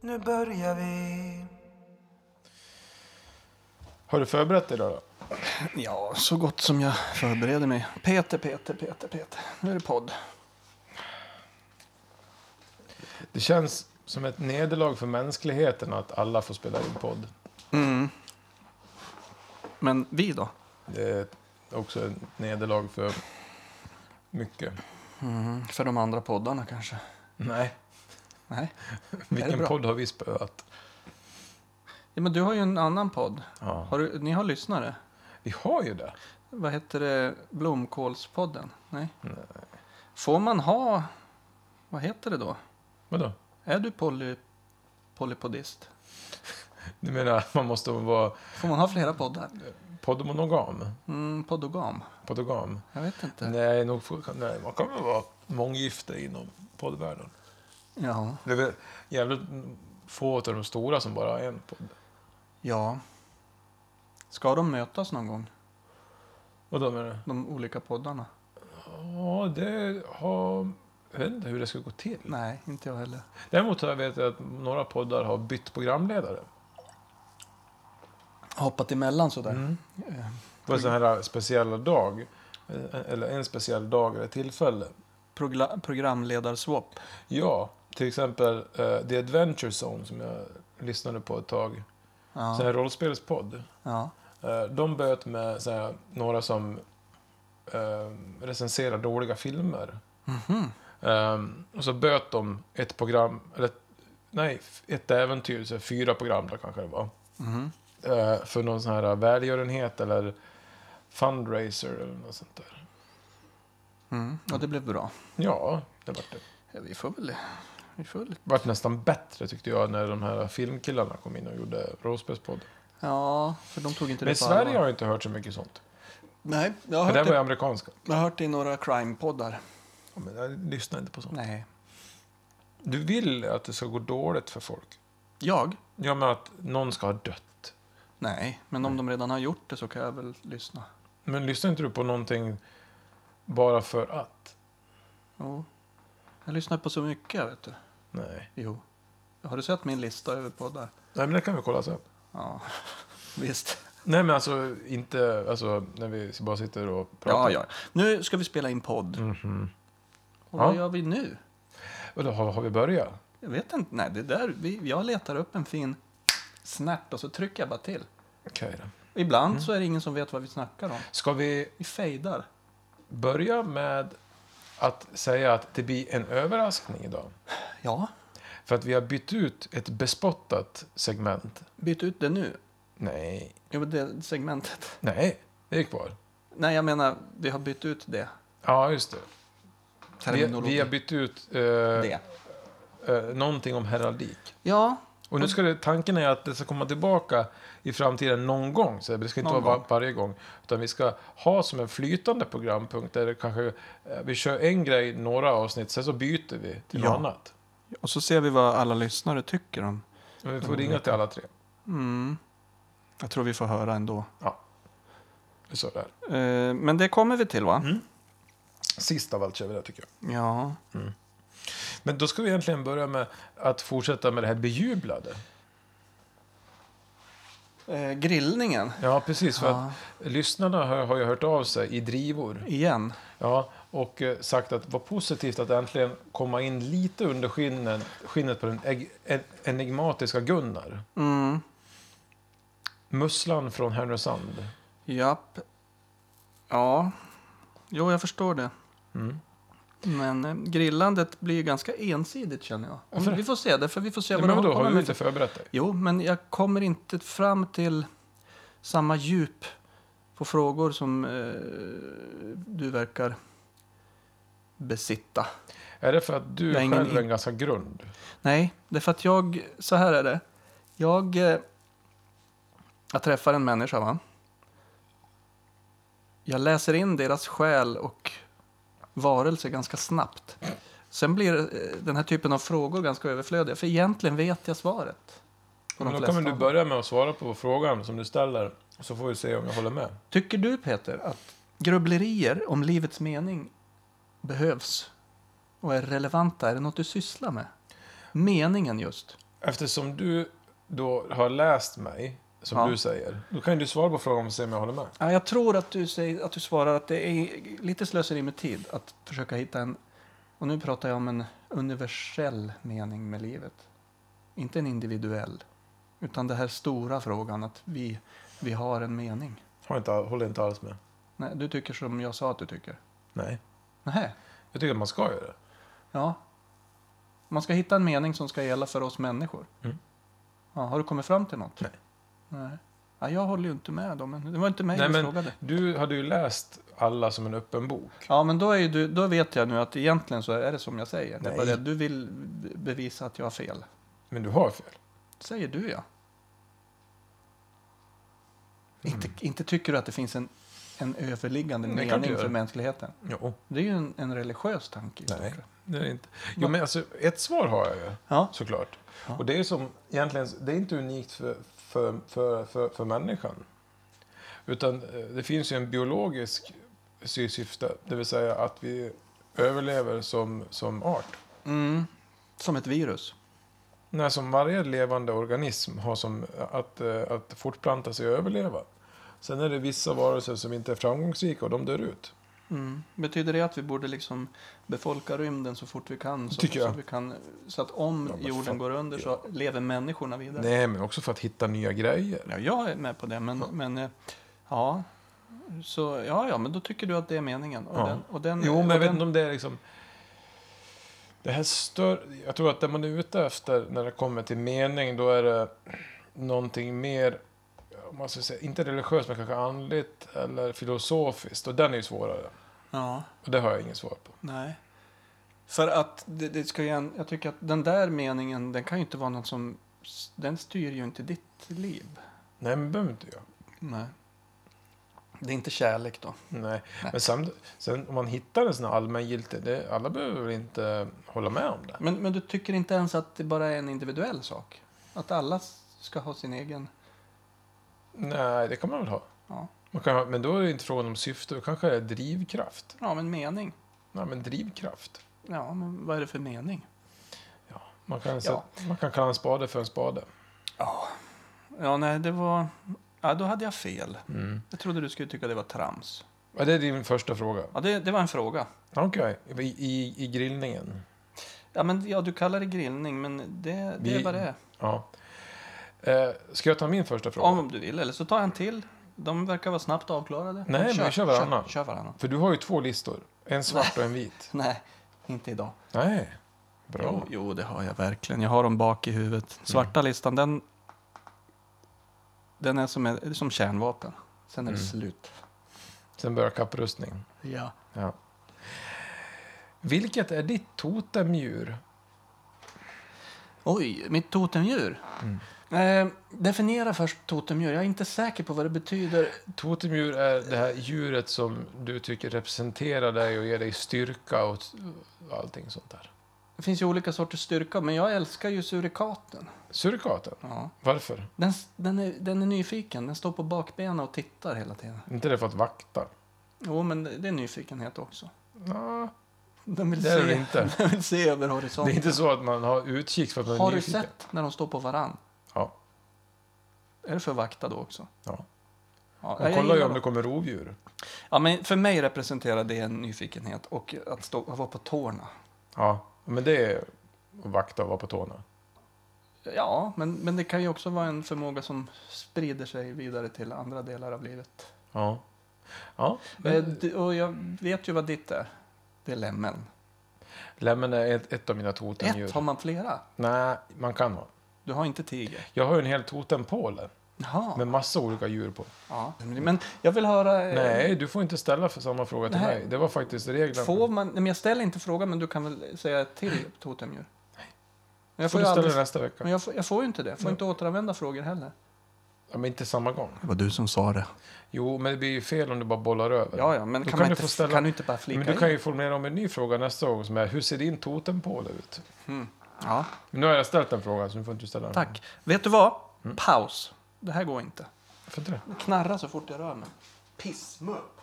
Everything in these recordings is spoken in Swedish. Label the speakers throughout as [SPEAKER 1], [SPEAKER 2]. [SPEAKER 1] nu börjar vi.
[SPEAKER 2] Har du förberett dig idag då?
[SPEAKER 1] Ja, så gott som jag förbereder mig. Peter, Peter, Peter, Peter. Nu är det podd.
[SPEAKER 2] Det känns som ett nederlag för mänskligheten att alla får spela in podd. Mm.
[SPEAKER 1] Men vi då?
[SPEAKER 2] Det är också ett nederlag för mycket.
[SPEAKER 1] För de andra poddarna kanske?
[SPEAKER 2] Mm. Nej.
[SPEAKER 1] Nej. Är det
[SPEAKER 2] Vilken
[SPEAKER 1] bra?
[SPEAKER 2] podd har vi spöat?
[SPEAKER 1] Ja, men du har ju en annan podd.
[SPEAKER 2] Ja.
[SPEAKER 1] Har du, ni har lyssnare?
[SPEAKER 2] Vi har ju det.
[SPEAKER 1] Vad heter det? Blomkålspodden? Nej. Får man ha... Vad heter det då?
[SPEAKER 2] Vadå?
[SPEAKER 1] Är du poly, polypodist?
[SPEAKER 2] Du menar man måste vara
[SPEAKER 1] Får man ha flera poddar?
[SPEAKER 2] podmonogam?
[SPEAKER 1] Mm, poddogam?
[SPEAKER 2] Podogam?
[SPEAKER 1] Jag vet inte.
[SPEAKER 2] Nej, nog, får- nej, man kan väl vara månggifte inom poddvärlden.
[SPEAKER 1] Ja.
[SPEAKER 2] Det är väl jävligt få av de stora som bara har en podd.
[SPEAKER 1] Ja. Ska de mötas någon gång?
[SPEAKER 2] Vadå menar du?
[SPEAKER 1] De olika poddarna?
[SPEAKER 2] Ja, det har... Jag vet inte hur det ska gå till.
[SPEAKER 1] Nej, inte jag heller.
[SPEAKER 2] Däremot har jag vet att några poddar har bytt programledare.
[SPEAKER 1] Hoppat emellan sådär.
[SPEAKER 2] Mm.
[SPEAKER 1] Eh,
[SPEAKER 2] Det var en sån här speciella dag. eh, Eller en speciell dag eller tillfälle.
[SPEAKER 1] Progla- programledarswap.
[SPEAKER 2] Ja, till exempel eh, The Adventure Zone som jag lyssnade på ett tag. Sån
[SPEAKER 1] Ja.
[SPEAKER 2] här rollspelspodd.
[SPEAKER 1] ja.
[SPEAKER 2] Eh, de böt med så här, några som eh, recenserar dåliga filmer.
[SPEAKER 1] Mhm.
[SPEAKER 2] Ehm, och så böt de ett program, eller ett- nej, f- ett äventyr, så fyra program då kanske det var.
[SPEAKER 1] Mhm.
[SPEAKER 2] Eh, för någon sån här välgörenhet eller fundraiser eller något sånt där.
[SPEAKER 1] Mm. Och det blev bra.
[SPEAKER 2] Ja, det vart det.
[SPEAKER 1] Ja, vi får väl... Vi får väl...
[SPEAKER 2] vart nästan bättre tyckte jag när de här filmkillarna kom in och gjorde rollspelspodd.
[SPEAKER 1] Ja, för de tog inte
[SPEAKER 2] Men i
[SPEAKER 1] det på
[SPEAKER 2] Sverige
[SPEAKER 1] allvar.
[SPEAKER 2] har jag inte hört så mycket sånt.
[SPEAKER 1] Nej, jag har,
[SPEAKER 2] För det
[SPEAKER 1] hört
[SPEAKER 2] var ju
[SPEAKER 1] det,
[SPEAKER 2] amerikanska.
[SPEAKER 1] jag har hört det i några crime-poddar.
[SPEAKER 2] Ja, men jag lyssnar inte på sånt.
[SPEAKER 1] Nej.
[SPEAKER 2] Du vill att det ska gå dåligt för folk.
[SPEAKER 1] Jag?
[SPEAKER 2] Ja, men att någon ska ha dött.
[SPEAKER 1] Nej, men om de redan har gjort det så kan jag väl lyssna.
[SPEAKER 2] Men lyssnar inte du på någonting bara för att?
[SPEAKER 1] Jo. Jag lyssnar på så mycket, vet du.
[SPEAKER 2] Nej.
[SPEAKER 1] Jo. Har du sett min lista över poddar?
[SPEAKER 2] Nej, men det kan vi kolla sen.
[SPEAKER 1] Ja, visst.
[SPEAKER 2] Nej, men alltså inte alltså, när vi bara sitter och
[SPEAKER 1] Ja,
[SPEAKER 2] pratar.
[SPEAKER 1] ja. Nu ska vi spela in podd.
[SPEAKER 2] Mhm.
[SPEAKER 1] Och vad
[SPEAKER 2] Ja.
[SPEAKER 1] gör vi nu?
[SPEAKER 2] Och då har, har vi börjat?
[SPEAKER 1] Jag vet inte. Nej, det där, vi, jag letar upp en fin snärt och så trycker jag bara till.
[SPEAKER 2] Okej då.
[SPEAKER 1] Ibland så är det ingen som vet vad vi snackar om.
[SPEAKER 2] Ska vi
[SPEAKER 1] Vi fejdar.
[SPEAKER 2] börja med att säga att det blir en överraskning idag?
[SPEAKER 1] Ja,
[SPEAKER 2] För att vi har bytt ut ett bespottat segment.
[SPEAKER 1] byt ut det nu.
[SPEAKER 2] Nej,
[SPEAKER 1] Jo, men det segmentet.
[SPEAKER 2] nej, det är kvar.
[SPEAKER 1] Nej, jag menar, vi har bytt ut det.
[SPEAKER 2] Ja, just det. Vi,
[SPEAKER 1] Terminologi.
[SPEAKER 2] vi har bytt ut eh,
[SPEAKER 1] det.
[SPEAKER 2] eh, någonting om heraldik.
[SPEAKER 1] Ja,
[SPEAKER 2] Och
[SPEAKER 1] Mm.
[SPEAKER 2] nu ska det, tanken är att det ska komma tillbaka i framtiden någon gång. Så det ska inte
[SPEAKER 1] Någon
[SPEAKER 2] vara
[SPEAKER 1] gång.
[SPEAKER 2] var, varje gång. Utan vi ska ha som en flytande programpunkt där det kanske, eh, vi kör en grej några avsnitt, sen så byter vi till
[SPEAKER 1] Ja.
[SPEAKER 2] något annat.
[SPEAKER 1] och så ser vi vad alla lyssnare tycker om.
[SPEAKER 2] Men vi får ringa till alla tre.
[SPEAKER 1] Mm. Jag tror vi får höra ändå.
[SPEAKER 2] Det är Så där.
[SPEAKER 1] Eh, men det kommer vi till, va?
[SPEAKER 2] Sist av allt kör vi det tycker jag.
[SPEAKER 1] Ja.
[SPEAKER 2] Men då ska vi egentligen börja med att fortsätta med det här bejublade.
[SPEAKER 1] Eh, grillningen.
[SPEAKER 2] Ja, precis. För
[SPEAKER 1] Ja.
[SPEAKER 2] att lyssnarna har, har ju hört av sig i drivor.
[SPEAKER 1] Igen.
[SPEAKER 2] Ja, och eh, sagt att vad positivt att äntligen komma in lite under skinnen, skinnet på den eg, en, enigmatiska Gunnar.
[SPEAKER 1] Mm.
[SPEAKER 2] Musslan från Härnösand.
[SPEAKER 1] Japp. Ja. Jo, jag förstår det.
[SPEAKER 2] Mm.
[SPEAKER 1] Men eh, grillandet blir ju ganska ensidigt känner jag. Om,
[SPEAKER 2] Varför?
[SPEAKER 1] vi får se det, för vi får se
[SPEAKER 2] Mm. Ja,
[SPEAKER 1] de
[SPEAKER 2] men vadå,
[SPEAKER 1] kommer
[SPEAKER 2] har du
[SPEAKER 1] med
[SPEAKER 2] inte
[SPEAKER 1] för-
[SPEAKER 2] förberett dig?
[SPEAKER 1] Jo, men jag kommer inte fram till samma djup på frågor som eh, du verkar besitta.
[SPEAKER 2] Är det för att
[SPEAKER 1] Jag
[SPEAKER 2] du
[SPEAKER 1] har
[SPEAKER 2] själv
[SPEAKER 1] ingen
[SPEAKER 2] är
[SPEAKER 1] in-
[SPEAKER 2] en ganska grund?
[SPEAKER 1] Nej, det är för att jag, så här är det. Jag, eh, jag träffar en människa, va? Jag läser in deras själ och varelse ganska snabbt. Sen blir eh, den här typen av frågor ganska överflödiga, för egentligen vet jag svaret. på de
[SPEAKER 2] Men då
[SPEAKER 1] flesta
[SPEAKER 2] kan väl du
[SPEAKER 1] av dem.
[SPEAKER 2] börja med att svara på frågan som du ställer, så får vi se om jag håller med.
[SPEAKER 1] Tycker du, Peter, att grubblerier om livets mening behövs och är relevanta? Är det något du sysslar med? Meningen just.
[SPEAKER 2] Eftersom du då har läst mig, som
[SPEAKER 1] Ja.
[SPEAKER 2] du säger, då kan ju du svara på frågan och se om jag håller med.
[SPEAKER 1] Ja, jag tror att du, säger, att du svarar att det är lite slöseri med tid att försöka hitta en... Och nu pratar jag om en universell mening med livet. Inte en individuell. Utan det här stora frågan att vi, vi har en mening.
[SPEAKER 2] Har inte, all- håller inte alls med.
[SPEAKER 1] Nej, du tycker som jag sa att du tycker.
[SPEAKER 2] Nej.
[SPEAKER 1] Nej.
[SPEAKER 2] Jag tycker att man ska göra det.
[SPEAKER 1] Ja. Man ska hitta en mening som ska gälla för oss människor.
[SPEAKER 2] Mm.
[SPEAKER 1] Ja, har du kommit fram till något?
[SPEAKER 2] Nej.
[SPEAKER 1] Nej. Ja, jag håller ju inte med dem. men Det var inte mig
[SPEAKER 2] Nej,
[SPEAKER 1] du
[SPEAKER 2] men-
[SPEAKER 1] frågade.
[SPEAKER 2] Du hade ju läst alla som en öppen bok.
[SPEAKER 1] Ja, men då, är ju du, då vet jag nu att egentligen så är det som jag säger. Det är
[SPEAKER 2] Nej.
[SPEAKER 1] bara det, att du vill be- bevisa att jag har fel.
[SPEAKER 2] Men du har fel.
[SPEAKER 1] Säger du ja. Inte, inte tycker du att det finns en, en överliggande
[SPEAKER 2] Mm. Nej, klart det
[SPEAKER 1] mening
[SPEAKER 2] gör.
[SPEAKER 1] för mänskligheten?
[SPEAKER 2] Jo,
[SPEAKER 1] Det är ju en, en religiös tanke. i stort
[SPEAKER 2] Nej.
[SPEAKER 1] sett.
[SPEAKER 2] det är det inte. Jo, men alltså, ett svar har jag ju.
[SPEAKER 1] Ja.
[SPEAKER 2] Såklart.
[SPEAKER 1] Ja.
[SPEAKER 2] Och det är som egentligen, det är inte unikt för, för, för, för, för människan. Utan eh, det finns ju en biologisk sy- syfte, det vill säga att vi överlever som, som art.
[SPEAKER 1] Mm. Som ett virus.
[SPEAKER 2] Nej, som varje levande organism har som att, eh, att fortplanta sig och överleva. Sen är det vissa varelser som inte är framgångsrika och de dör ut.
[SPEAKER 1] Mm. Betyder det att vi borde liksom befolka rymden så fort vi kan? Så,
[SPEAKER 2] Tycker jag.
[SPEAKER 1] Så, vi kan, så att om
[SPEAKER 2] Ja, men
[SPEAKER 1] jorden
[SPEAKER 2] fan.
[SPEAKER 1] går under så lever människorna vidare?
[SPEAKER 2] Nej, men också för att hitta nya grejer.
[SPEAKER 1] Ja, jag är med på det, men, men eh, ja. Så, ja, ja, men då tycker du att det är meningen. Och
[SPEAKER 2] Ja.
[SPEAKER 1] den, och den,
[SPEAKER 2] Jo, men
[SPEAKER 1] Mm. och
[SPEAKER 2] jag vet
[SPEAKER 1] den,
[SPEAKER 2] inte om det är liksom... Det här stör... Jag tror att det man är ute efter när det kommer till mening, då är det någonting mer, om man ska säga, inte religiöst, men kanske andligt eller filosofiskt. Och den är ju svårare.
[SPEAKER 1] Ja,
[SPEAKER 2] Och det har jag inget svar på.
[SPEAKER 1] nej. För att det, det ska ju en, jag tycker att den där meningen, den kan ju inte vara något som, den styr ju inte ditt liv.
[SPEAKER 2] Nej, men det behöver inte jag.
[SPEAKER 1] Nej. Det är inte kärlek då.
[SPEAKER 2] Nej.
[SPEAKER 1] Nej.
[SPEAKER 2] Men sen, sen om man hittar en sån här allmängiltig, det, alla behöver väl inte hålla med om det.
[SPEAKER 1] Men, men du tycker inte ens att det bara är en individuell sak? Att alla ska ha sin egen...
[SPEAKER 2] Nej, det kan man väl ha.
[SPEAKER 1] Ja,
[SPEAKER 2] Man kan ha men då är det inte frågan om syfte, då kanske det är drivkraft.
[SPEAKER 1] ja men mening.
[SPEAKER 2] Nej, men drivkraft.
[SPEAKER 1] Ja, men vad är det för mening?
[SPEAKER 2] Man kan, säga, man kan kalla en spade för en spade.
[SPEAKER 1] Ja, nej, det var... Ja, då hade jag fel. Jag trodde du skulle tycka det var trams.
[SPEAKER 2] Ja, det är din första fråga.
[SPEAKER 1] Ja, det, det var en fråga.
[SPEAKER 2] Okej, I, i, i grillningen.
[SPEAKER 1] Ja, men, ja, du kallar det grillning, men det, det
[SPEAKER 2] Vi-
[SPEAKER 1] är vad det är.
[SPEAKER 2] Ja. Eh, ska jag ta min första fråga?
[SPEAKER 1] Om du vill, eller så tar jag en till. De verkar vara snabbt avklarade.
[SPEAKER 2] Nej, men vi kör varannan.
[SPEAKER 1] Kör, kör varannan.
[SPEAKER 2] För du har ju två listor. En svart och en vit.
[SPEAKER 1] Nej, inte idag.
[SPEAKER 2] Nej, bra. Mm.
[SPEAKER 1] Jo, jo, det har jag verkligen. Jag har dem bak i huvudet. Svarta listan, den, den är som, en- som kärnvapen. Sen är det
[SPEAKER 2] Mm.
[SPEAKER 1] slut.
[SPEAKER 2] Sen börjar kapprustning.
[SPEAKER 1] Ja.
[SPEAKER 2] Ja. Vilket är ditt totemdjur?
[SPEAKER 1] Oj, mitt totemdjur.
[SPEAKER 2] Mm.
[SPEAKER 1] Eh, definiera först totemdjur. Jag är inte säker på vad det betyder.
[SPEAKER 2] Totemdjur är det här djuret som du tycker representerar dig och ger dig styrka och t- allting sånt där.
[SPEAKER 1] Det finns ju olika sorters styrka, men jag älskar ju surikaten.
[SPEAKER 2] Surikaten,
[SPEAKER 1] Ja.
[SPEAKER 2] varför?
[SPEAKER 1] Den, den, är, den är nyfiken. Den står på bakbenen och tittar hela tiden.
[SPEAKER 2] Inte det för att vakta?
[SPEAKER 1] Jo, men det det är nyfikenhet också.
[SPEAKER 2] Ja,
[SPEAKER 1] Den vill,
[SPEAKER 2] det är det
[SPEAKER 1] se,
[SPEAKER 2] inte.
[SPEAKER 1] den vill se över
[SPEAKER 2] Det är
[SPEAKER 1] horisonten.
[SPEAKER 2] inte så att man har utkik för att man är
[SPEAKER 1] Har du
[SPEAKER 2] nyfiken.
[SPEAKER 1] sett när de står på varann?
[SPEAKER 2] Ja.
[SPEAKER 1] Är det för vakta då också?
[SPEAKER 2] ja.
[SPEAKER 1] Ja,
[SPEAKER 2] Man
[SPEAKER 1] jag
[SPEAKER 2] kollar ju
[SPEAKER 1] gillar
[SPEAKER 2] om det
[SPEAKER 1] dem.
[SPEAKER 2] kommer rovdjur.
[SPEAKER 1] ja, men för mig representerar det en nyfikenhet och att, stå, att vara på tårna.
[SPEAKER 2] Ja, men det är att vakta och vara på tårna.
[SPEAKER 1] Ja, men, men det kan ju också vara en förmåga som sprider sig vidare till andra delar av livet.
[SPEAKER 2] Ja. Ja,
[SPEAKER 1] Eh,
[SPEAKER 2] men
[SPEAKER 1] d- Och jag vet ju vad ditt är. Det är lämmen.
[SPEAKER 2] lämmen är ett, ett av mina totemdjur.
[SPEAKER 1] Ett, har man flera?
[SPEAKER 2] Nej, man kan ha.
[SPEAKER 1] Du har inte tiger?
[SPEAKER 2] Jag har ju en hel totempåle
[SPEAKER 1] Jaha.
[SPEAKER 2] med massa olika djur på.
[SPEAKER 1] Ja. Men jag vill höra... eh,
[SPEAKER 2] Nej, du får inte ställa för samma fråga till
[SPEAKER 1] Nej.
[SPEAKER 2] mig. Det var faktiskt reglerna.
[SPEAKER 1] Får man... Nej, men jag ställer inte frågan, men du kan väl säga ett till totemdjur? Men
[SPEAKER 2] Jag
[SPEAKER 1] jag får,
[SPEAKER 2] får du
[SPEAKER 1] ju
[SPEAKER 2] ställa
[SPEAKER 1] aldrig...
[SPEAKER 2] nästa vecka.
[SPEAKER 1] men jag, får, jag får ju inte det. Jag får inte återanvända frågor heller.
[SPEAKER 2] Ja, men inte samma gång.
[SPEAKER 1] Det var du som sa det.
[SPEAKER 2] Jo, men det blir ju fel om du bara bollar över.
[SPEAKER 1] Ja, ja, men kan,
[SPEAKER 2] Då kan
[SPEAKER 1] man
[SPEAKER 2] du
[SPEAKER 1] inte,
[SPEAKER 2] få ställa-
[SPEAKER 1] kan du inte bara flika
[SPEAKER 2] men du kan
[SPEAKER 1] in?
[SPEAKER 2] ju formulera om en ny fråga nästa gång som är hur ser din totempåle ut?
[SPEAKER 1] Ja,
[SPEAKER 2] Men nu har jag ställt den frågan så nu får inte du ställa den.
[SPEAKER 1] tack. Vet du vad? Paus. Det här går inte.
[SPEAKER 2] Varför inte det?
[SPEAKER 1] Det knarrar så fort jag rör mig. Pissmupp.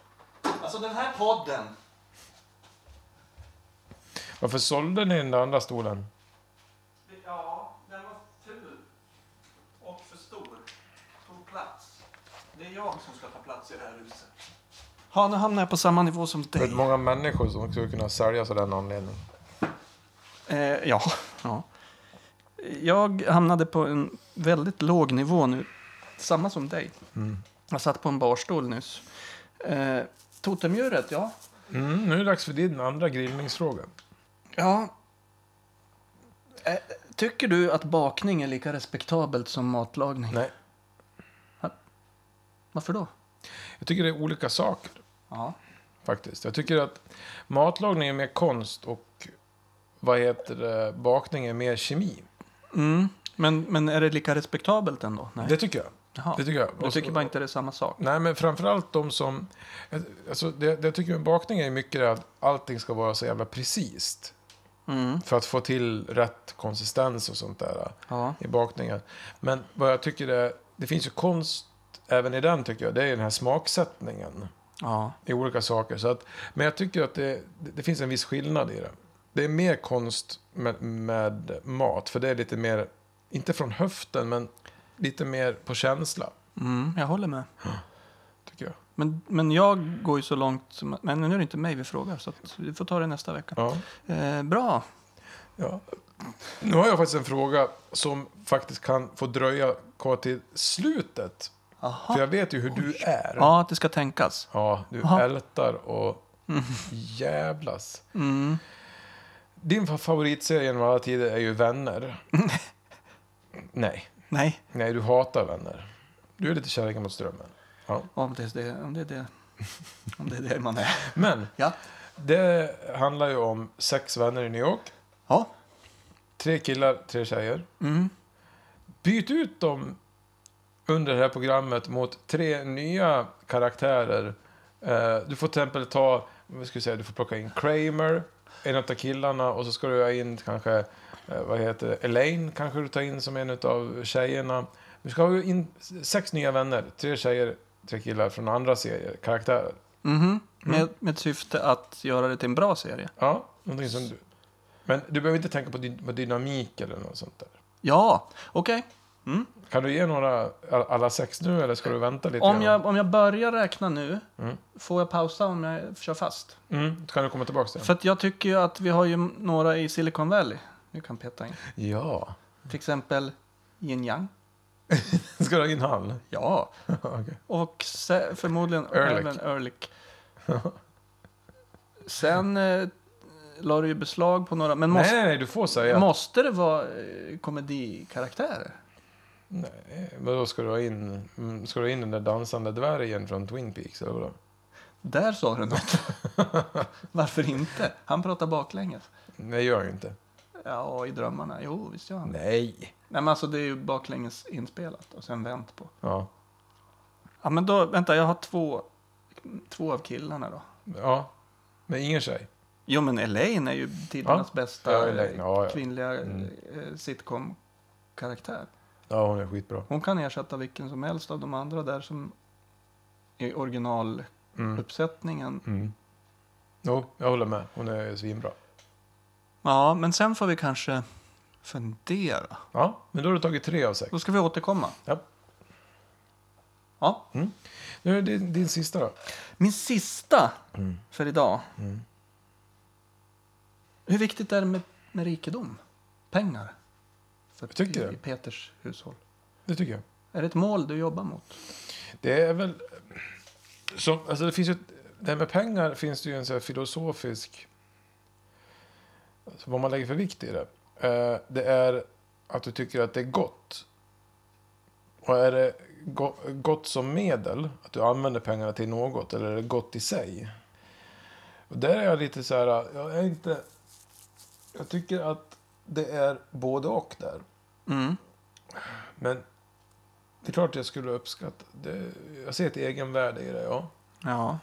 [SPEAKER 1] Alltså den här podden.
[SPEAKER 2] Varför sålde ni den där andra stolen?
[SPEAKER 1] Ja, den var ful. Det är jag som ska ta plats i det här huset. Ja, nu hamnar jag på samma nivå som
[SPEAKER 2] Vet
[SPEAKER 1] dig.
[SPEAKER 2] du många människor som skulle kunna säljas av den anledningen?
[SPEAKER 1] Eh, ja, ja. Jag hamnade på en väldigt låg nivå nu. Samma som dig.
[SPEAKER 2] Mm.
[SPEAKER 1] Jag satt på en barstol nyss. Eh, totemdjuret, ja.
[SPEAKER 2] Mm, nu är det dags för din andra grillningsfråga.
[SPEAKER 1] Ja. Eh, tycker du att bakning är lika respektabelt som matlagning?
[SPEAKER 2] Nej,
[SPEAKER 1] Varför då?
[SPEAKER 2] jag tycker det är olika saker.
[SPEAKER 1] Ja.
[SPEAKER 2] faktiskt. Jag tycker att matlagning är mer konst och vad heter det, bakning är mer kemi.
[SPEAKER 1] Mm. Men, men är det lika respektabelt ändå? Nej.
[SPEAKER 2] Det tycker jag.
[SPEAKER 1] Jaha.
[SPEAKER 2] Det tycker jag.
[SPEAKER 1] Du tycker bara inte det är samma sak?
[SPEAKER 2] Nej, men framförallt de som... Alltså det, det jag tycker med bakning är mycket det att allting ska vara så jävla precis.
[SPEAKER 1] Mm.
[SPEAKER 2] För att få till rätt konsistens och sånt där äh,
[SPEAKER 1] Ja.
[SPEAKER 2] i bakningen. Men vad jag tycker är... Det finns ju konst även i den tycker jag. Det är den här smaksättningen.
[SPEAKER 1] ja.
[SPEAKER 2] i olika saker. Så att, men jag tycker att det, det finns en viss skillnad i det. Det är mer konst med, med mat, för det är lite mer, inte från höften, men lite mer på känsla,
[SPEAKER 1] Mm. Jag håller med.
[SPEAKER 2] tycker jag.
[SPEAKER 1] Men, men jag går ju så långt som att, Men nu är det inte mig vi frågar, så att vi får ta det nästa vecka.
[SPEAKER 2] Ja.
[SPEAKER 1] Eh, bra.
[SPEAKER 2] Ja. Nu har jag faktiskt en fråga som faktiskt kan få dröja kvar till slutet. För
[SPEAKER 1] Aha.
[SPEAKER 2] jag vet ju hur du är.
[SPEAKER 1] Ja, att det ska tänkas.
[SPEAKER 2] Ja, du
[SPEAKER 1] Aha.
[SPEAKER 2] ältar och jävlas.
[SPEAKER 1] Mm.
[SPEAKER 2] Din fa- favoritserie genom alla tider är ju Vänner. Nej.
[SPEAKER 1] Nej,
[SPEAKER 2] Nej, du hatar vänner. Du är lite kärleken mot strömmen. Ja.
[SPEAKER 1] om det är det, om det, är det, om det, är det man är.
[SPEAKER 2] Men
[SPEAKER 1] Ja.
[SPEAKER 2] det handlar ju om sex vänner i New York.
[SPEAKER 1] Ja.
[SPEAKER 2] Tre killar, tre tjejer.
[SPEAKER 1] Mm.
[SPEAKER 2] Byt ut dem under det här programmet mot tre nya karaktärer. Eh, Du får till exempel ta, vad ska jag säga, du får plocka in Kramer, en av killarna, och så ska du ha in kanske, eh, vad heter det, Elaine kanske du tar in som en av tjejerna. Du ska ha in sex nya vänner, tre tjejer, tre killar från andra serier, karaktärer. Mm.
[SPEAKER 1] Mhm. Med, med syfte att göra det till en bra serie.
[SPEAKER 2] Ja, någonting som du... Men du behöver inte tänka på, dy på dynamik eller något sånt där.
[SPEAKER 1] Ja, okej. Mm.
[SPEAKER 2] Kan du ge några, all- alla sex nu eller ska du vänta lite
[SPEAKER 1] Om
[SPEAKER 2] grann?
[SPEAKER 1] jag, om jag börjar räkna nu,
[SPEAKER 2] Mm.
[SPEAKER 1] får jag pausa om jag kör fast?
[SPEAKER 2] Mm, kan du komma tillbaka till det?
[SPEAKER 1] För att jag tycker ju att vi har ju några i Silicon Valley vi kan peta in.
[SPEAKER 2] Ja.
[SPEAKER 1] Till exempel Yin Yang.
[SPEAKER 2] Ska du ha in han?
[SPEAKER 1] Ja.
[SPEAKER 2] Okej.
[SPEAKER 1] Och se, förmodligen
[SPEAKER 2] Ehrlich.
[SPEAKER 1] även Ehrlich. Sen eh, la du ju beslag på några, men
[SPEAKER 2] Nej,
[SPEAKER 1] måste,
[SPEAKER 2] nej, nej, du får säga. att-
[SPEAKER 1] måste det vara eh, komedikaraktärer?
[SPEAKER 2] Nej, men då ska du ha in, mm, ska du ha in den där dansande dvärgen från Twin Peaks eller vadå?
[SPEAKER 1] Där sa du något. Varför inte? Han pratar baklänges.
[SPEAKER 2] Nej, gör jag inte.
[SPEAKER 1] Ja, i drömmarna. Jo, visst gör han det.
[SPEAKER 2] Nej.
[SPEAKER 1] Nej, men alltså det är ju baklänges inspelat och sen vänt på.
[SPEAKER 2] Ja.
[SPEAKER 1] Ja, men då, vänta, jag har två, två av killarna då.
[SPEAKER 2] Ja. Men ingen tjej.
[SPEAKER 1] Jo, men Elaine är ju tidernas bästa
[SPEAKER 2] Ja, Elaine,
[SPEAKER 1] eh,
[SPEAKER 2] ja, ja.
[SPEAKER 1] kvinnliga
[SPEAKER 2] Mm.
[SPEAKER 1] eh, sitcom-karaktär.
[SPEAKER 2] Ja, hon är skitbra.
[SPEAKER 1] Hon kan ersätta vilken som helst av de andra där som i originaluppsättningen.
[SPEAKER 2] Mm. Mm. Jo, jag håller med. Hon är svinbra.
[SPEAKER 1] Ja, men sen får vi kanske fundera.
[SPEAKER 2] Ja, men då har du tagit tre av sex.
[SPEAKER 1] Då ska vi återkomma.
[SPEAKER 2] Ja.
[SPEAKER 1] Ja.
[SPEAKER 2] Nu är det din, din sista då.
[SPEAKER 1] Min sista
[SPEAKER 2] Mm.
[SPEAKER 1] för idag.
[SPEAKER 2] Mm.
[SPEAKER 1] Hur viktigt är det med, med rikedom? Pengar? För
[SPEAKER 2] Jag tycker
[SPEAKER 1] i, i
[SPEAKER 2] det.
[SPEAKER 1] Peters hushåll.
[SPEAKER 2] Det tycker jag.
[SPEAKER 1] Är det ett mål du jobbar mot?
[SPEAKER 2] Det är väl... Som, alltså det finns ju... ett- Det här med pengar finns det ju en så här filosofisk... Alltså vad man lägger för vikt i det. Eh, det är att du tycker att det är gott. Och är det go- gott som medel, att du använder pengarna till något, eller är det gott i sig? Och där är jag lite så här, jag är inte... Jag tycker att det är både och där.
[SPEAKER 1] Mm.
[SPEAKER 2] Men det är klart jag skulle uppskatta. Det, jag ser ett egenvärde i det, ja.
[SPEAKER 1] Ja.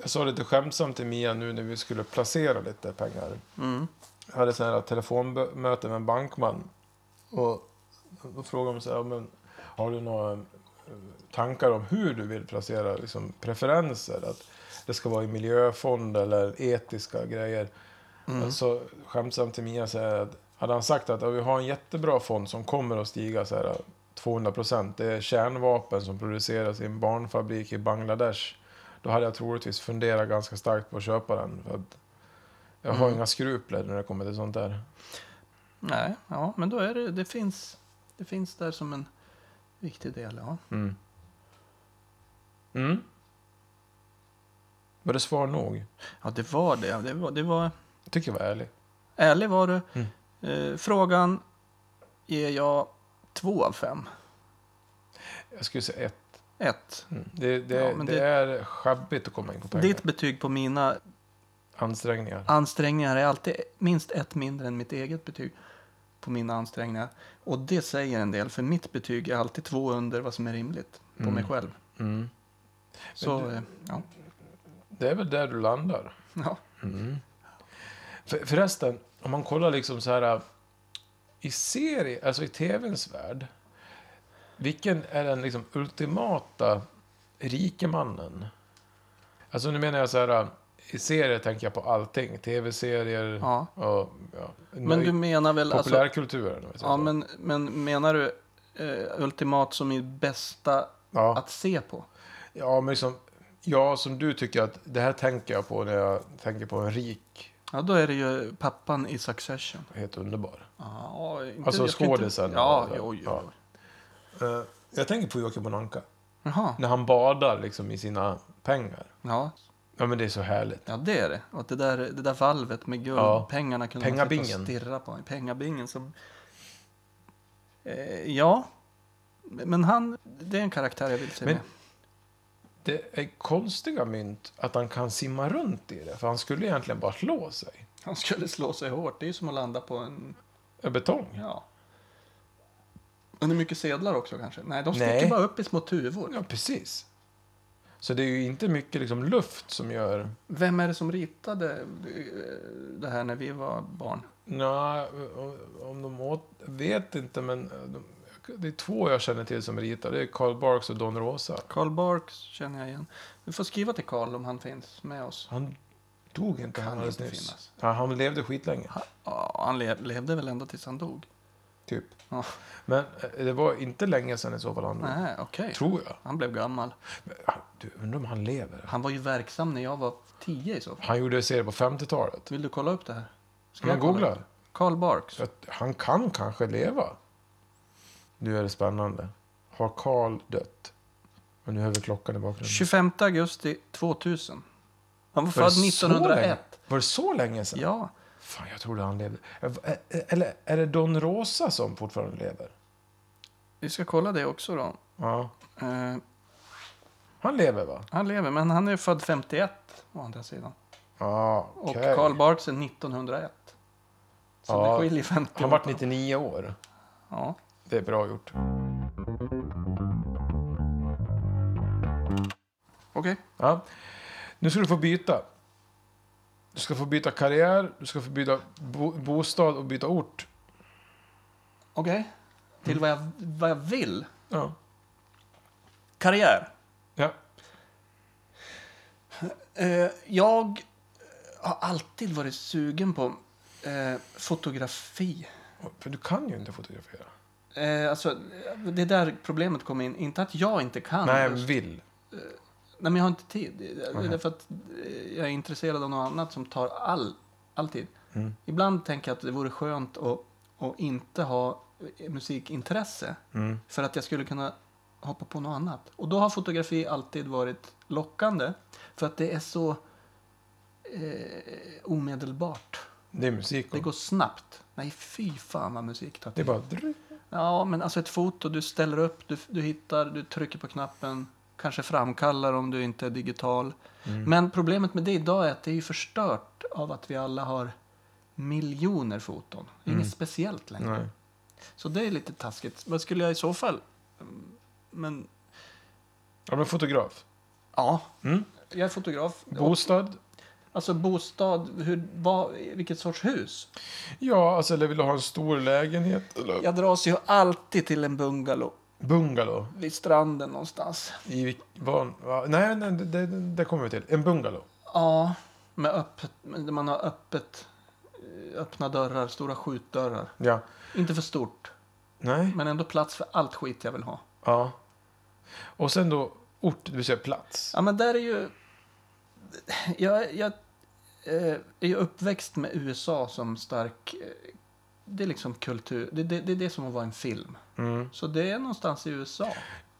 [SPEAKER 2] Jag sa lite skämtsamt till Mia nu när vi skulle placera lite pengar.
[SPEAKER 1] Mm.
[SPEAKER 2] Jag hade sådana här telefonmöte med en bankman. Och då frågade de så här, "Ja, men har du några eh, tankar om hur du vill placera liksom, preferenser? Att det ska vara i miljöfond eller etiska grejer.
[SPEAKER 1] Mm.
[SPEAKER 2] Så skämtsamt till Mia så här, att hade han sagt att "Ja, vi har en jättebra fond som kommer att stiga så här, 200 procent. Det är kärnvapen som produceras i en barnfabrik i Bangladesh. Då hade jag troligtvis funderat ganska starkt på att köpa den. För att jag har
[SPEAKER 1] Mm.
[SPEAKER 2] inga skrupler när det kommer till sånt där.
[SPEAKER 1] Nej, ja, men då är det, det finns, det finns där som en viktig del, ja.
[SPEAKER 2] Mm. Mm. Var det svar nog?
[SPEAKER 1] Ja, det var det. Det var, det var
[SPEAKER 2] Jag tycker jag var ärlig.
[SPEAKER 1] ärlig var du.
[SPEAKER 2] Mm.
[SPEAKER 1] Eh, frågan ger jag två av fem.
[SPEAKER 2] Jag skulle säga ett.
[SPEAKER 1] Ett.
[SPEAKER 2] Mm. Det, det,
[SPEAKER 1] Ja, men
[SPEAKER 2] det,
[SPEAKER 1] det-
[SPEAKER 2] är sjabbigt att komma in på pengar.
[SPEAKER 1] Ditt betyg på mina
[SPEAKER 2] Ansträngningar.
[SPEAKER 1] ansträngningar är alltid minst ett mindre än mitt eget betyg på mina ansträngningar. Och det säger en del, för mitt betyg är alltid två under vad som är rimligt på
[SPEAKER 2] Mm.
[SPEAKER 1] mig själv.
[SPEAKER 2] Mm.
[SPEAKER 1] Så,
[SPEAKER 2] du-
[SPEAKER 1] eh, ja.
[SPEAKER 2] Det är väl där du landar.
[SPEAKER 1] ja.
[SPEAKER 2] För, förresten, om man kollar liksom så här i serie, alltså i tvns värld. Vilken är den liksom ultimata rikemannen? Alltså nu menar jag så här, i serier tänker jag på allting. Tv-serier
[SPEAKER 1] ja.
[SPEAKER 2] och ja,
[SPEAKER 1] Men du menar väl... alltså-
[SPEAKER 2] populärkulturen. om vi säger
[SPEAKER 1] Ja,
[SPEAKER 2] så.
[SPEAKER 1] men, men menar du eh, ultimat som är bästa
[SPEAKER 2] ja.
[SPEAKER 1] att se på?
[SPEAKER 2] Ja, men liksom, ja, som du tycker att det här tänker jag på när jag tänker på en rik,
[SPEAKER 1] Ja, då är det ju pappan i Succession.
[SPEAKER 2] helt underbar.
[SPEAKER 1] Ja, inte,
[SPEAKER 2] Alltså
[SPEAKER 1] jag ska inte-
[SPEAKER 2] skådisen,
[SPEAKER 1] Ja,
[SPEAKER 2] eller?
[SPEAKER 1] jo, jo.
[SPEAKER 2] Ja. Eh, jag tänker på Joakim von Anka,
[SPEAKER 1] Jaha,
[SPEAKER 2] när han badar liksom i sina pengar.
[SPEAKER 1] ja.
[SPEAKER 2] Ja, men det är så härligt.
[SPEAKER 1] ja, det är det. Och det där, det där valvet med guld,
[SPEAKER 2] Ja.
[SPEAKER 1] pengarna kunde man sitta
[SPEAKER 2] Pengabingen.
[SPEAKER 1] och stirra på. Pengabingen som... Eh, ja, men han, det är en karaktär jag vill se
[SPEAKER 2] Men-
[SPEAKER 1] med.
[SPEAKER 2] Det är konstiga mynt att han kan simma runt i det, för han skulle egentligen bara slå sig.
[SPEAKER 1] Han skulle slå sig hårt, det är ju som att landa på en...
[SPEAKER 2] Eh, Betong.
[SPEAKER 1] Ja. Men det är mycket sedlar också kanske? Nej, de sticker
[SPEAKER 2] Nej.
[SPEAKER 1] bara upp i små tuvor.
[SPEAKER 2] Ja, precis. Så det är ju inte mycket liksom, luft som gör...
[SPEAKER 1] Vem är det som ritade eh, det här när vi var barn?
[SPEAKER 2] Nej, om de åt... Vet inte, men eh, de, det är två jag känner till som ritar. Det är Carl Barks och Don Rosa.
[SPEAKER 1] Carl Barks känner jag igen. Vi får skriva till Carl om han finns med oss.
[SPEAKER 2] Han dog inte
[SPEAKER 1] Kan
[SPEAKER 2] han alldeles
[SPEAKER 1] inte
[SPEAKER 2] nyss.
[SPEAKER 1] finnas.
[SPEAKER 2] Ja, han levde skitlänge,
[SPEAKER 1] Ha- Ja, han le- levde väl ända tills han dog?
[SPEAKER 2] typ.
[SPEAKER 1] Ja.
[SPEAKER 2] Men eh, det var inte länge sedan i så fall han dog.
[SPEAKER 1] Nej, okej.
[SPEAKER 2] Tror jag.
[SPEAKER 1] Han blev gammal.
[SPEAKER 2] Men, ah, Du, undrar om han lever?
[SPEAKER 1] Han var ju verksam när jag var tio i så fall.
[SPEAKER 2] Han gjorde en serie på 50-talet.
[SPEAKER 1] Vill du kolla upp det här? Ska
[SPEAKER 2] Man
[SPEAKER 1] jag kolla
[SPEAKER 2] googlar.
[SPEAKER 1] upp? Carl Barks.
[SPEAKER 2] Så att Han kan kanske leva. Nu är det spännande. Har Carl dött? Och nu hör vi klockan i bakgrunden.
[SPEAKER 1] 25 augusti 2000. Han var
[SPEAKER 2] Var det
[SPEAKER 1] född
[SPEAKER 2] så
[SPEAKER 1] 1901.
[SPEAKER 2] länge? Var det så länge sedan?
[SPEAKER 1] Ja,
[SPEAKER 2] Fan, jag trodde han levde. Eh, eh, Eller är det Don Rosa som fortfarande lever?
[SPEAKER 1] vi ska kolla det också då.
[SPEAKER 2] Ja.
[SPEAKER 1] Eh,
[SPEAKER 2] Han lever, va?
[SPEAKER 1] han lever, men han är född 51 å andra sidan.
[SPEAKER 2] Ja,
[SPEAKER 1] Och
[SPEAKER 2] okej.
[SPEAKER 1] Karl Barks är 1901. Så
[SPEAKER 2] Ja,
[SPEAKER 1] det skiljer 50
[SPEAKER 2] Han
[SPEAKER 1] år.
[SPEAKER 2] varit 99 år.
[SPEAKER 1] Ja.
[SPEAKER 2] Det är bra gjort.
[SPEAKER 1] Okej.
[SPEAKER 2] Ja. Nu ska du få byta. Du ska få byta karriär, du ska få byta bo bostad och byta ort.
[SPEAKER 1] Okej. Till vad jag, vad jag vill.
[SPEAKER 2] Ja.
[SPEAKER 1] Karriär.
[SPEAKER 2] ja.
[SPEAKER 1] Eh, jag har alltid varit sugen på eh, fotografi.
[SPEAKER 2] För du kan ju inte fotografera.
[SPEAKER 1] Eh, alltså, det är där problemet kommer in. Inte att jag inte kan.
[SPEAKER 2] Nej,
[SPEAKER 1] just-
[SPEAKER 2] vill.
[SPEAKER 1] Nej, men jag har inte tid. Det är
[SPEAKER 2] Mhm.
[SPEAKER 1] därför att eh, jag är intresserad av något annat som tar all, all tid.
[SPEAKER 2] Mm.
[SPEAKER 1] Ibland tänker jag att det vore skönt att, att inte ha eh, musikintresse.
[SPEAKER 2] Mm.
[SPEAKER 1] För att jag skulle kunna hoppa på något annat. Och då har fotografi alltid varit lockande. För att det är så eh, omedelbart.
[SPEAKER 2] Det är musik.
[SPEAKER 1] Det går snabbt. Nej, fy fan vad musik tar
[SPEAKER 2] det är
[SPEAKER 1] tid.
[SPEAKER 2] bara... drr.
[SPEAKER 1] Ja, men alltså ett foto, du ställer upp, du, du hittar, du trycker på knappen. Kanske framkallar om du inte är digital.
[SPEAKER 2] Mm.
[SPEAKER 1] Men problemet med det idag är att det är ju förstört av att vi alla har miljoner foton. Det är
[SPEAKER 2] Mm.
[SPEAKER 1] Inget speciellt längre.
[SPEAKER 2] Nej.
[SPEAKER 1] Så det är lite taskigt. Vad skulle jag i så fall... Mm, Men
[SPEAKER 2] Ja, men fotograf.
[SPEAKER 1] ja,
[SPEAKER 2] Mm.
[SPEAKER 1] jag är fotograf. Och,
[SPEAKER 2] Bostad.
[SPEAKER 1] alltså bostad, hur, vad, vilket sorts hus?
[SPEAKER 2] Ja, alltså, eller vill du ha en stor lägenhet? Eller?
[SPEAKER 1] Jag dras ju alltid till en bungalow
[SPEAKER 2] Bungalow.
[SPEAKER 1] vid stranden någonstans.
[SPEAKER 2] I vilk- van, va? Nej, nej det, det, det kommer vi till. En bungalow.
[SPEAKER 1] Ja, med öppet, med- där man har öppet, eh, öppna dörrar, stora skjutdörrar.
[SPEAKER 2] Ja.
[SPEAKER 1] Inte för stort.
[SPEAKER 2] Nej.
[SPEAKER 1] Men ändå plats för allt skit jag vill ha.
[SPEAKER 2] Ja. Och sen då ort, det vill säga plats.
[SPEAKER 1] Ja, men där är ju... Jag, jag eh, är ju uppväxt med USA som stark... eh, Det är liksom kultur. Det, det, det är det som att vara en film.
[SPEAKER 2] Mm.
[SPEAKER 1] Så det är någonstans i USA.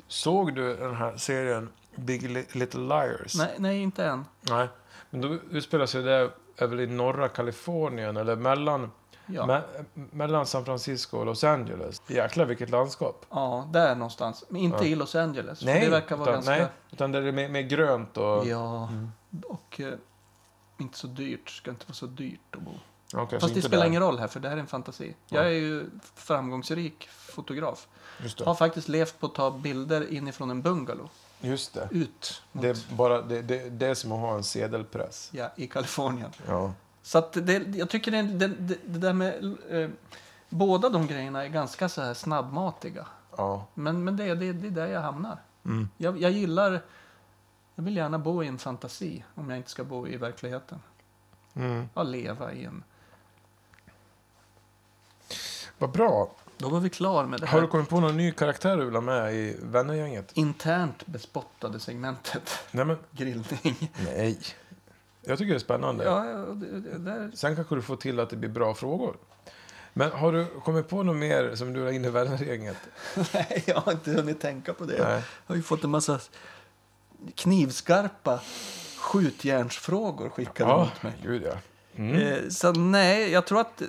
[SPEAKER 2] Såg du den här serien Big Li- Little Liars?
[SPEAKER 1] Nej, nej inte än.
[SPEAKER 2] Nej. Men då utspelar sig det är väl i norra Kalifornien eller mellan,
[SPEAKER 1] Ja.
[SPEAKER 2] me- mellan San Francisco och Los Angeles. Jäklar vilket landskap.
[SPEAKER 1] ja, där någonstans. Men inte
[SPEAKER 2] Ja.
[SPEAKER 1] i Los Angeles. för det verkar vara
[SPEAKER 2] utan,
[SPEAKER 1] ganska...
[SPEAKER 2] nej, utan där är det mer, mer grönt och...
[SPEAKER 1] Ja, och eh, inte så dyrt. Ska inte vara så dyrt att bo.
[SPEAKER 2] Okej, så
[SPEAKER 1] Fast det
[SPEAKER 2] inte
[SPEAKER 1] spelar
[SPEAKER 2] där.
[SPEAKER 1] ingen roll här, för det här är en fantasi. Jag är ju framgångsrik fotograf.
[SPEAKER 2] Just
[SPEAKER 1] Har
[SPEAKER 2] det.
[SPEAKER 1] faktiskt levt på att ta bilder inifrån en bungalow.
[SPEAKER 2] Just det.
[SPEAKER 1] Ut mot,
[SPEAKER 2] Det är, bara, det, det, det är som att ha en sedelpress.
[SPEAKER 1] ja, i Kalifornien.
[SPEAKER 2] Ja.
[SPEAKER 1] Så att det, jag tycker det, det, det, det där med... Eh, båda de grejerna är ganska så här snabbmatiga.
[SPEAKER 2] ja.
[SPEAKER 1] Men, men det, det, det är där jag hamnar. Jag, jag gillar... Jag vill gärna bo i en fantasi om jag inte ska bo i verkligheten.
[SPEAKER 2] Mm.
[SPEAKER 1] Ja, leva i en...
[SPEAKER 2] Vad bra.
[SPEAKER 1] Då var vi klar med det
[SPEAKER 2] Har du
[SPEAKER 1] här
[SPEAKER 2] kommit på någon ny karaktär du vill ha med i vännergänget?
[SPEAKER 1] internt bespottade segmentet.
[SPEAKER 2] Nej, men...
[SPEAKER 1] Grillning.
[SPEAKER 2] Nej. Jag tycker det är spännande.
[SPEAKER 1] Ja, ja, det, det, där.
[SPEAKER 2] Sen kanske du får till att det blir bra frågor. Men har du kommit på något mer som du vill ha in i vännergänget?
[SPEAKER 1] Nej, jag har inte hunnit tänka på det.
[SPEAKER 2] Nej.
[SPEAKER 1] Jag har ju fått en massa knivskarpa skjutjärnsfrågor skickade
[SPEAKER 2] Ja,
[SPEAKER 1] mot mig.
[SPEAKER 2] gud ja.
[SPEAKER 1] Eh, Så nej, jag tror att... eh,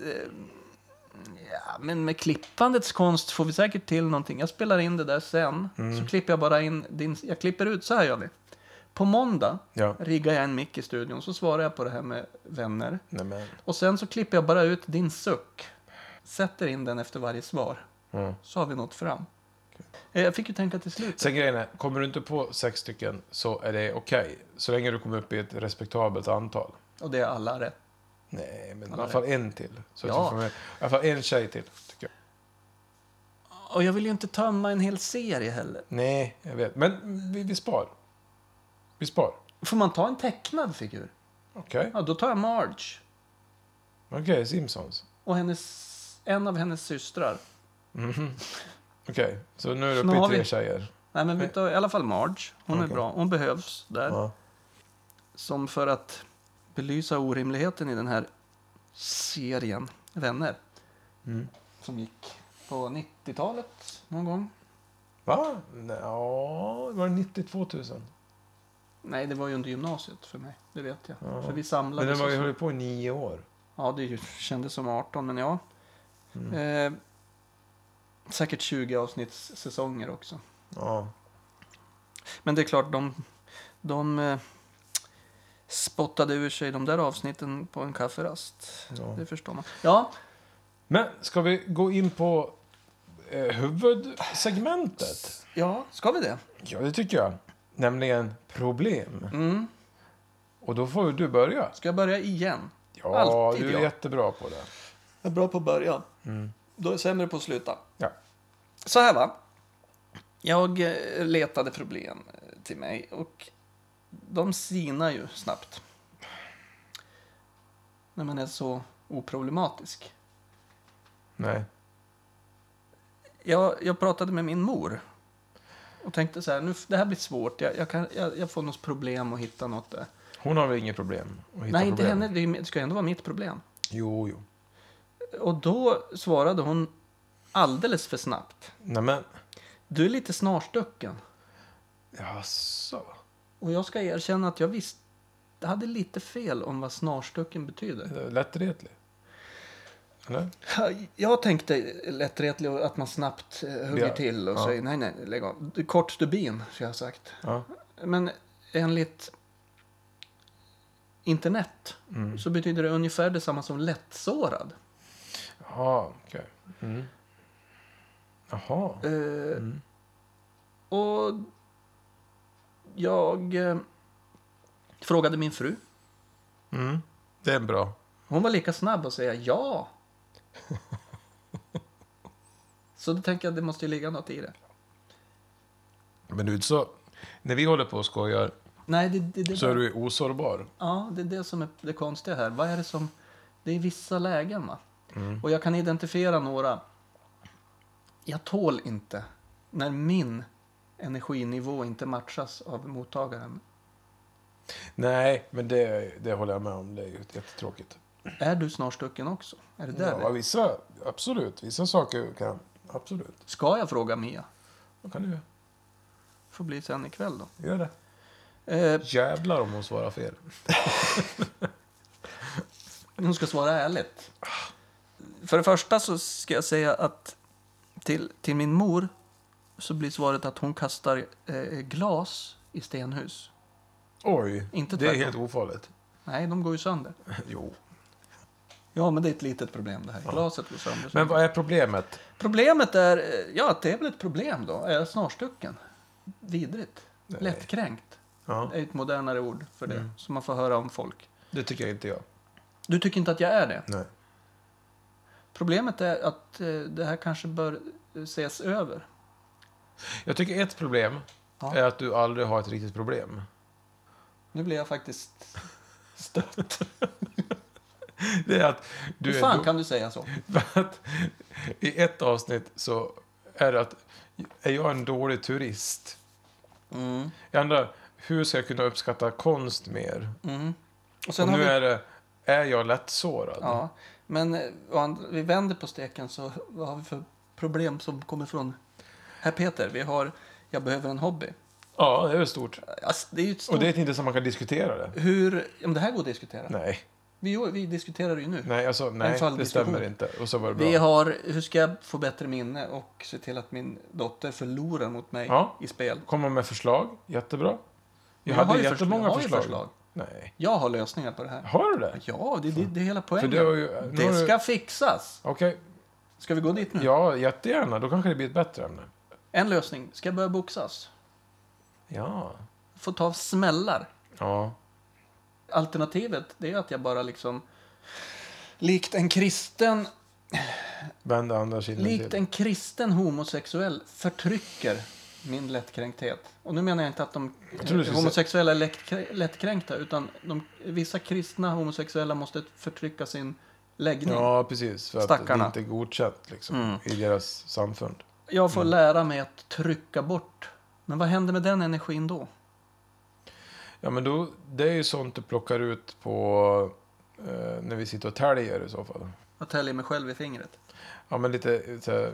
[SPEAKER 1] Ja, men med klippandets konst får vi säkert till någonting. Jag spelar in det där sen. Så klipper jag bara in din... Jag klipper ut, så här gör vi. På måndag
[SPEAKER 2] ja.
[SPEAKER 1] riggar jag en mick i studion, så svarar jag på det här med vänner.
[SPEAKER 2] Nej, men.
[SPEAKER 1] Och sen så klipper jag bara ut din suck. Sätter in den efter varje svar.
[SPEAKER 2] Ja.
[SPEAKER 1] Så har vi nått fram. Eh, Jag fick ju tänka till slut.
[SPEAKER 2] Sen grejen är, kommer du inte på sex stycken så är det okej. Så länge du kommer upp i ett respektabelt antal.
[SPEAKER 1] Och det är alla rätt.
[SPEAKER 2] Nej, men i
[SPEAKER 1] Ja,
[SPEAKER 2] alla fall en till. Så
[SPEAKER 1] Ja.
[SPEAKER 2] att du får med, I alla fall en tjej till, tycker jag.
[SPEAKER 1] Och jag vill ju inte tömma en hel serie heller.
[SPEAKER 2] Nej, jag vet. Men vi, vi spar. Vi spar.
[SPEAKER 1] Får man ta en tecknad figur?
[SPEAKER 2] Okej.
[SPEAKER 1] Ja, då tar jag Marge.
[SPEAKER 2] Okej, Simpsons.
[SPEAKER 1] Och hennes, en av hennes systrar.
[SPEAKER 2] Mhm. Okej, så nu är du
[SPEAKER 1] Nu
[SPEAKER 2] uppe
[SPEAKER 1] har
[SPEAKER 2] i tre
[SPEAKER 1] vi-
[SPEAKER 2] tjejer.
[SPEAKER 1] Nej, men vi tar i alla fall Marge. Hon är
[SPEAKER 2] Okej.
[SPEAKER 1] bra. Hon behövs där.
[SPEAKER 2] Ja.
[SPEAKER 1] Som för att belysa orimligheten i den här serien Vänner.
[SPEAKER 2] Mm.
[SPEAKER 1] Som gick på 90-talet någon gång.
[SPEAKER 2] Va? Nej, Ja, det var 92 000.
[SPEAKER 1] Nej, det var ju under gymnasiet för mig. Det vet jag.
[SPEAKER 2] Ja.
[SPEAKER 1] För vi samlades.
[SPEAKER 2] Men den var ju
[SPEAKER 1] och så-
[SPEAKER 2] höll på i nio år.
[SPEAKER 1] Ja, det ju- kändes som 18, men ja.
[SPEAKER 2] Mm.
[SPEAKER 1] Eh, säkert 20 avsnittssäsonger också.
[SPEAKER 2] Ja.
[SPEAKER 1] Men det är klart, de, de eh, spottade ur sig de där avsnitten på en kafferast.
[SPEAKER 2] ja.
[SPEAKER 1] Det förstår man. Ja,
[SPEAKER 2] Men ska vi gå in på eh, huvudsegmentet?
[SPEAKER 1] ja ska vi det?
[SPEAKER 2] Ja, det tycker jag. Nämligen problem.
[SPEAKER 1] Mm.
[SPEAKER 2] Och då får ju du börja.
[SPEAKER 1] Ska jag börja igen?
[SPEAKER 2] Ja,
[SPEAKER 1] Alltid
[SPEAKER 2] du är
[SPEAKER 1] jag.
[SPEAKER 2] jättebra på det.
[SPEAKER 1] Jag är bra på att börja.
[SPEAKER 2] Mm.
[SPEAKER 1] Då är jag sämre på att sluta.
[SPEAKER 2] Ja.
[SPEAKER 1] Så här va. Jag eh, letade problem eh, till mig och de sinar ju snabbt. När man är så oproblematisk.
[SPEAKER 2] Nej.
[SPEAKER 1] Jag, jag pratade med min mor och tänkte så här, nu, f- det här blir svårt. Jag, jag, kan, jag, jag får något problem att hitta något där.
[SPEAKER 2] Hon har väl inget problem att hitta
[SPEAKER 1] Nej, inte
[SPEAKER 2] problem?
[SPEAKER 1] henne. Det, är ju- det ska ju ändå vara mitt problem.
[SPEAKER 2] Jo, jo.
[SPEAKER 1] Och då svarade hon alldeles för snabbt.
[SPEAKER 2] Nej, men...
[SPEAKER 1] Du är lite snarstucken.
[SPEAKER 2] Jaså?
[SPEAKER 1] Och jag ska erkänna att jag visst jag hade lite fel om vad snarstucken betyder.
[SPEAKER 2] Lättretlig? Eller?
[SPEAKER 1] Jag tänkte lättretlig och att man snabbt eh, hugger
[SPEAKER 2] Ja,
[SPEAKER 1] till och
[SPEAKER 2] ja.
[SPEAKER 1] säger nej, nej, lägg av. Du- Kort stubin, så jag har sagt.
[SPEAKER 2] Ja.
[SPEAKER 1] Men enligt internet
[SPEAKER 2] Mm.
[SPEAKER 1] så betyder det ungefär detsamma som lättsårad.
[SPEAKER 2] Jaha, okej. Mm. Jaha.
[SPEAKER 1] Eh,
[SPEAKER 2] Mm.
[SPEAKER 1] Och jag eh, frågade min fru.
[SPEAKER 2] Mm. Det är bra.
[SPEAKER 1] Hon var lika snabb att säga ja. Så då tänker jag att det måste ju ligga något i det.
[SPEAKER 2] Men du är inte så... När vi håller på och skojar
[SPEAKER 1] Nej, det, det, det,
[SPEAKER 2] så är du osårbar.
[SPEAKER 1] ja, det är det som är det konstiga här. Vad är det som... Det är vissa lägen, va?
[SPEAKER 2] Mm.
[SPEAKER 1] Och jag kan identifiera några jag tål inte när min energinivå inte matchas av mottagaren.
[SPEAKER 2] Nej, men det, det håller jag med om. Det är ju jättetråkigt.
[SPEAKER 1] Är du snart stucken också? Är det där vi
[SPEAKER 2] Ja, vissa, absolut. Vissa saker kan... Absolut.
[SPEAKER 1] Ska jag fråga Mia?
[SPEAKER 2] Då kan du göra.
[SPEAKER 1] Får bli sen ikväll då.
[SPEAKER 2] Gör det.
[SPEAKER 1] Eh,
[SPEAKER 2] Jävlar om hon svarar fel.
[SPEAKER 1] hon ska svara ärligt. För det första så ska jag säga att till, till min mor så blir svaret att hon kastar eh, glas i stenhus.
[SPEAKER 2] Oj,
[SPEAKER 1] Inte
[SPEAKER 2] det är
[SPEAKER 1] tvärtom.
[SPEAKER 2] helt ofarligt.
[SPEAKER 1] Nej, de går ju sönder.
[SPEAKER 2] Jo.
[SPEAKER 1] Ja, men det är ett litet problem det här. Glaset går sönder.
[SPEAKER 2] Men vad är problemet?
[SPEAKER 1] Problemet är, eh, ja, att det är väl ett problem då. Är jag snarstucken? Vidrigt.
[SPEAKER 2] Nej.
[SPEAKER 1] Lättkränkt.
[SPEAKER 2] Ja,
[SPEAKER 1] Det är ett modernare ord för det, som man får höra om folk.
[SPEAKER 2] det tycker inte jag.
[SPEAKER 1] Du tycker inte att jag är det?
[SPEAKER 2] Nej.
[SPEAKER 1] Problemet är att eh, det här kanske bör eh, ses över.
[SPEAKER 2] Jag tycker ett problem
[SPEAKER 1] Ja.
[SPEAKER 2] är att du aldrig har ett riktigt problem.
[SPEAKER 1] Nu blir jag faktiskt stött.
[SPEAKER 2] Det är att du
[SPEAKER 1] Hur
[SPEAKER 2] är
[SPEAKER 1] fan
[SPEAKER 2] do-
[SPEAKER 1] kan du säga så?
[SPEAKER 2] För att I ett avsnitt så är det att är jag en dålig turist?
[SPEAKER 1] Mm.
[SPEAKER 2] I andra, hur ska jag kunna uppskatta konst mer?
[SPEAKER 1] Mm. Och
[SPEAKER 2] Och
[SPEAKER 1] sen
[SPEAKER 2] nu
[SPEAKER 1] har vi,
[SPEAKER 2] är det, är jag lättsårad?
[SPEAKER 1] ja, men eh, å andra- vi vänder på steken så vad har vi för problem som kommer från Herr Peter? Vi har Jag behöver en hobby.
[SPEAKER 2] ja, det är väl stort.
[SPEAKER 1] Alltså, det är ju ett stort...
[SPEAKER 2] Och det är inte så man kan diskutera det.
[SPEAKER 1] Hur... Om det här går att diskutera.
[SPEAKER 2] Nej,
[SPEAKER 1] Vi, vi diskuterar det ju nu.
[SPEAKER 2] nej, alltså, nej det
[SPEAKER 1] falldiskussion.
[SPEAKER 2] stämmer inte. Och så var det bra.
[SPEAKER 1] Vi har hur ska jag få bättre minne och se till att min dotter förlorar mot mig
[SPEAKER 2] Ja.
[SPEAKER 1] i spel.
[SPEAKER 2] Komma med förslag, jättebra. Jag,
[SPEAKER 1] har
[SPEAKER 2] hade
[SPEAKER 1] ju
[SPEAKER 2] jättemånga
[SPEAKER 1] jag har ju
[SPEAKER 2] förslag.
[SPEAKER 1] förslag.
[SPEAKER 2] Nej.
[SPEAKER 1] Jag har lösningar på det här.
[SPEAKER 2] Har du det?
[SPEAKER 1] Ja, det är det, det är hela
[SPEAKER 2] För
[SPEAKER 1] poängen.
[SPEAKER 2] det, var ju, nu har
[SPEAKER 1] Det
[SPEAKER 2] du-
[SPEAKER 1] ska Mm. fixas.
[SPEAKER 2] Okej,
[SPEAKER 1] Ska vi gå dit nu?
[SPEAKER 2] ja, jättegärna. Då kanske det blir ett bättre ämne.
[SPEAKER 1] En lösning. Ska jag börja boxas?
[SPEAKER 2] Ja.
[SPEAKER 1] Få ta smällar.
[SPEAKER 2] Ja.
[SPEAKER 1] Alternativet det är att jag bara liksom... Likt en kristen,
[SPEAKER 2] Vänd andra kinden
[SPEAKER 1] likt
[SPEAKER 2] till.
[SPEAKER 1] en kristen homosexuell förtrycker min lättkränkthet. Och nu menar jag inte att de
[SPEAKER 2] Jag tror du skulle
[SPEAKER 1] homosexuella är lättkrä- lättkränkta utan de, vissa kristna homosexuella måste förtrycka sin läggning.
[SPEAKER 2] Ja, precis. För att
[SPEAKER 1] Stackarna.
[SPEAKER 2] det inte är godkänt liksom,
[SPEAKER 1] Mm.
[SPEAKER 2] i deras samfund.
[SPEAKER 1] Jag
[SPEAKER 2] Mm.
[SPEAKER 1] får lära mig att trycka bort. Men vad händer med den energin då?
[SPEAKER 2] Ja, men då, det är ju sånt du plockar ut på eh, när vi sitter och täljer i så fall.
[SPEAKER 1] Jag täljer mig själv i fingret.
[SPEAKER 2] Ja, men lite så här,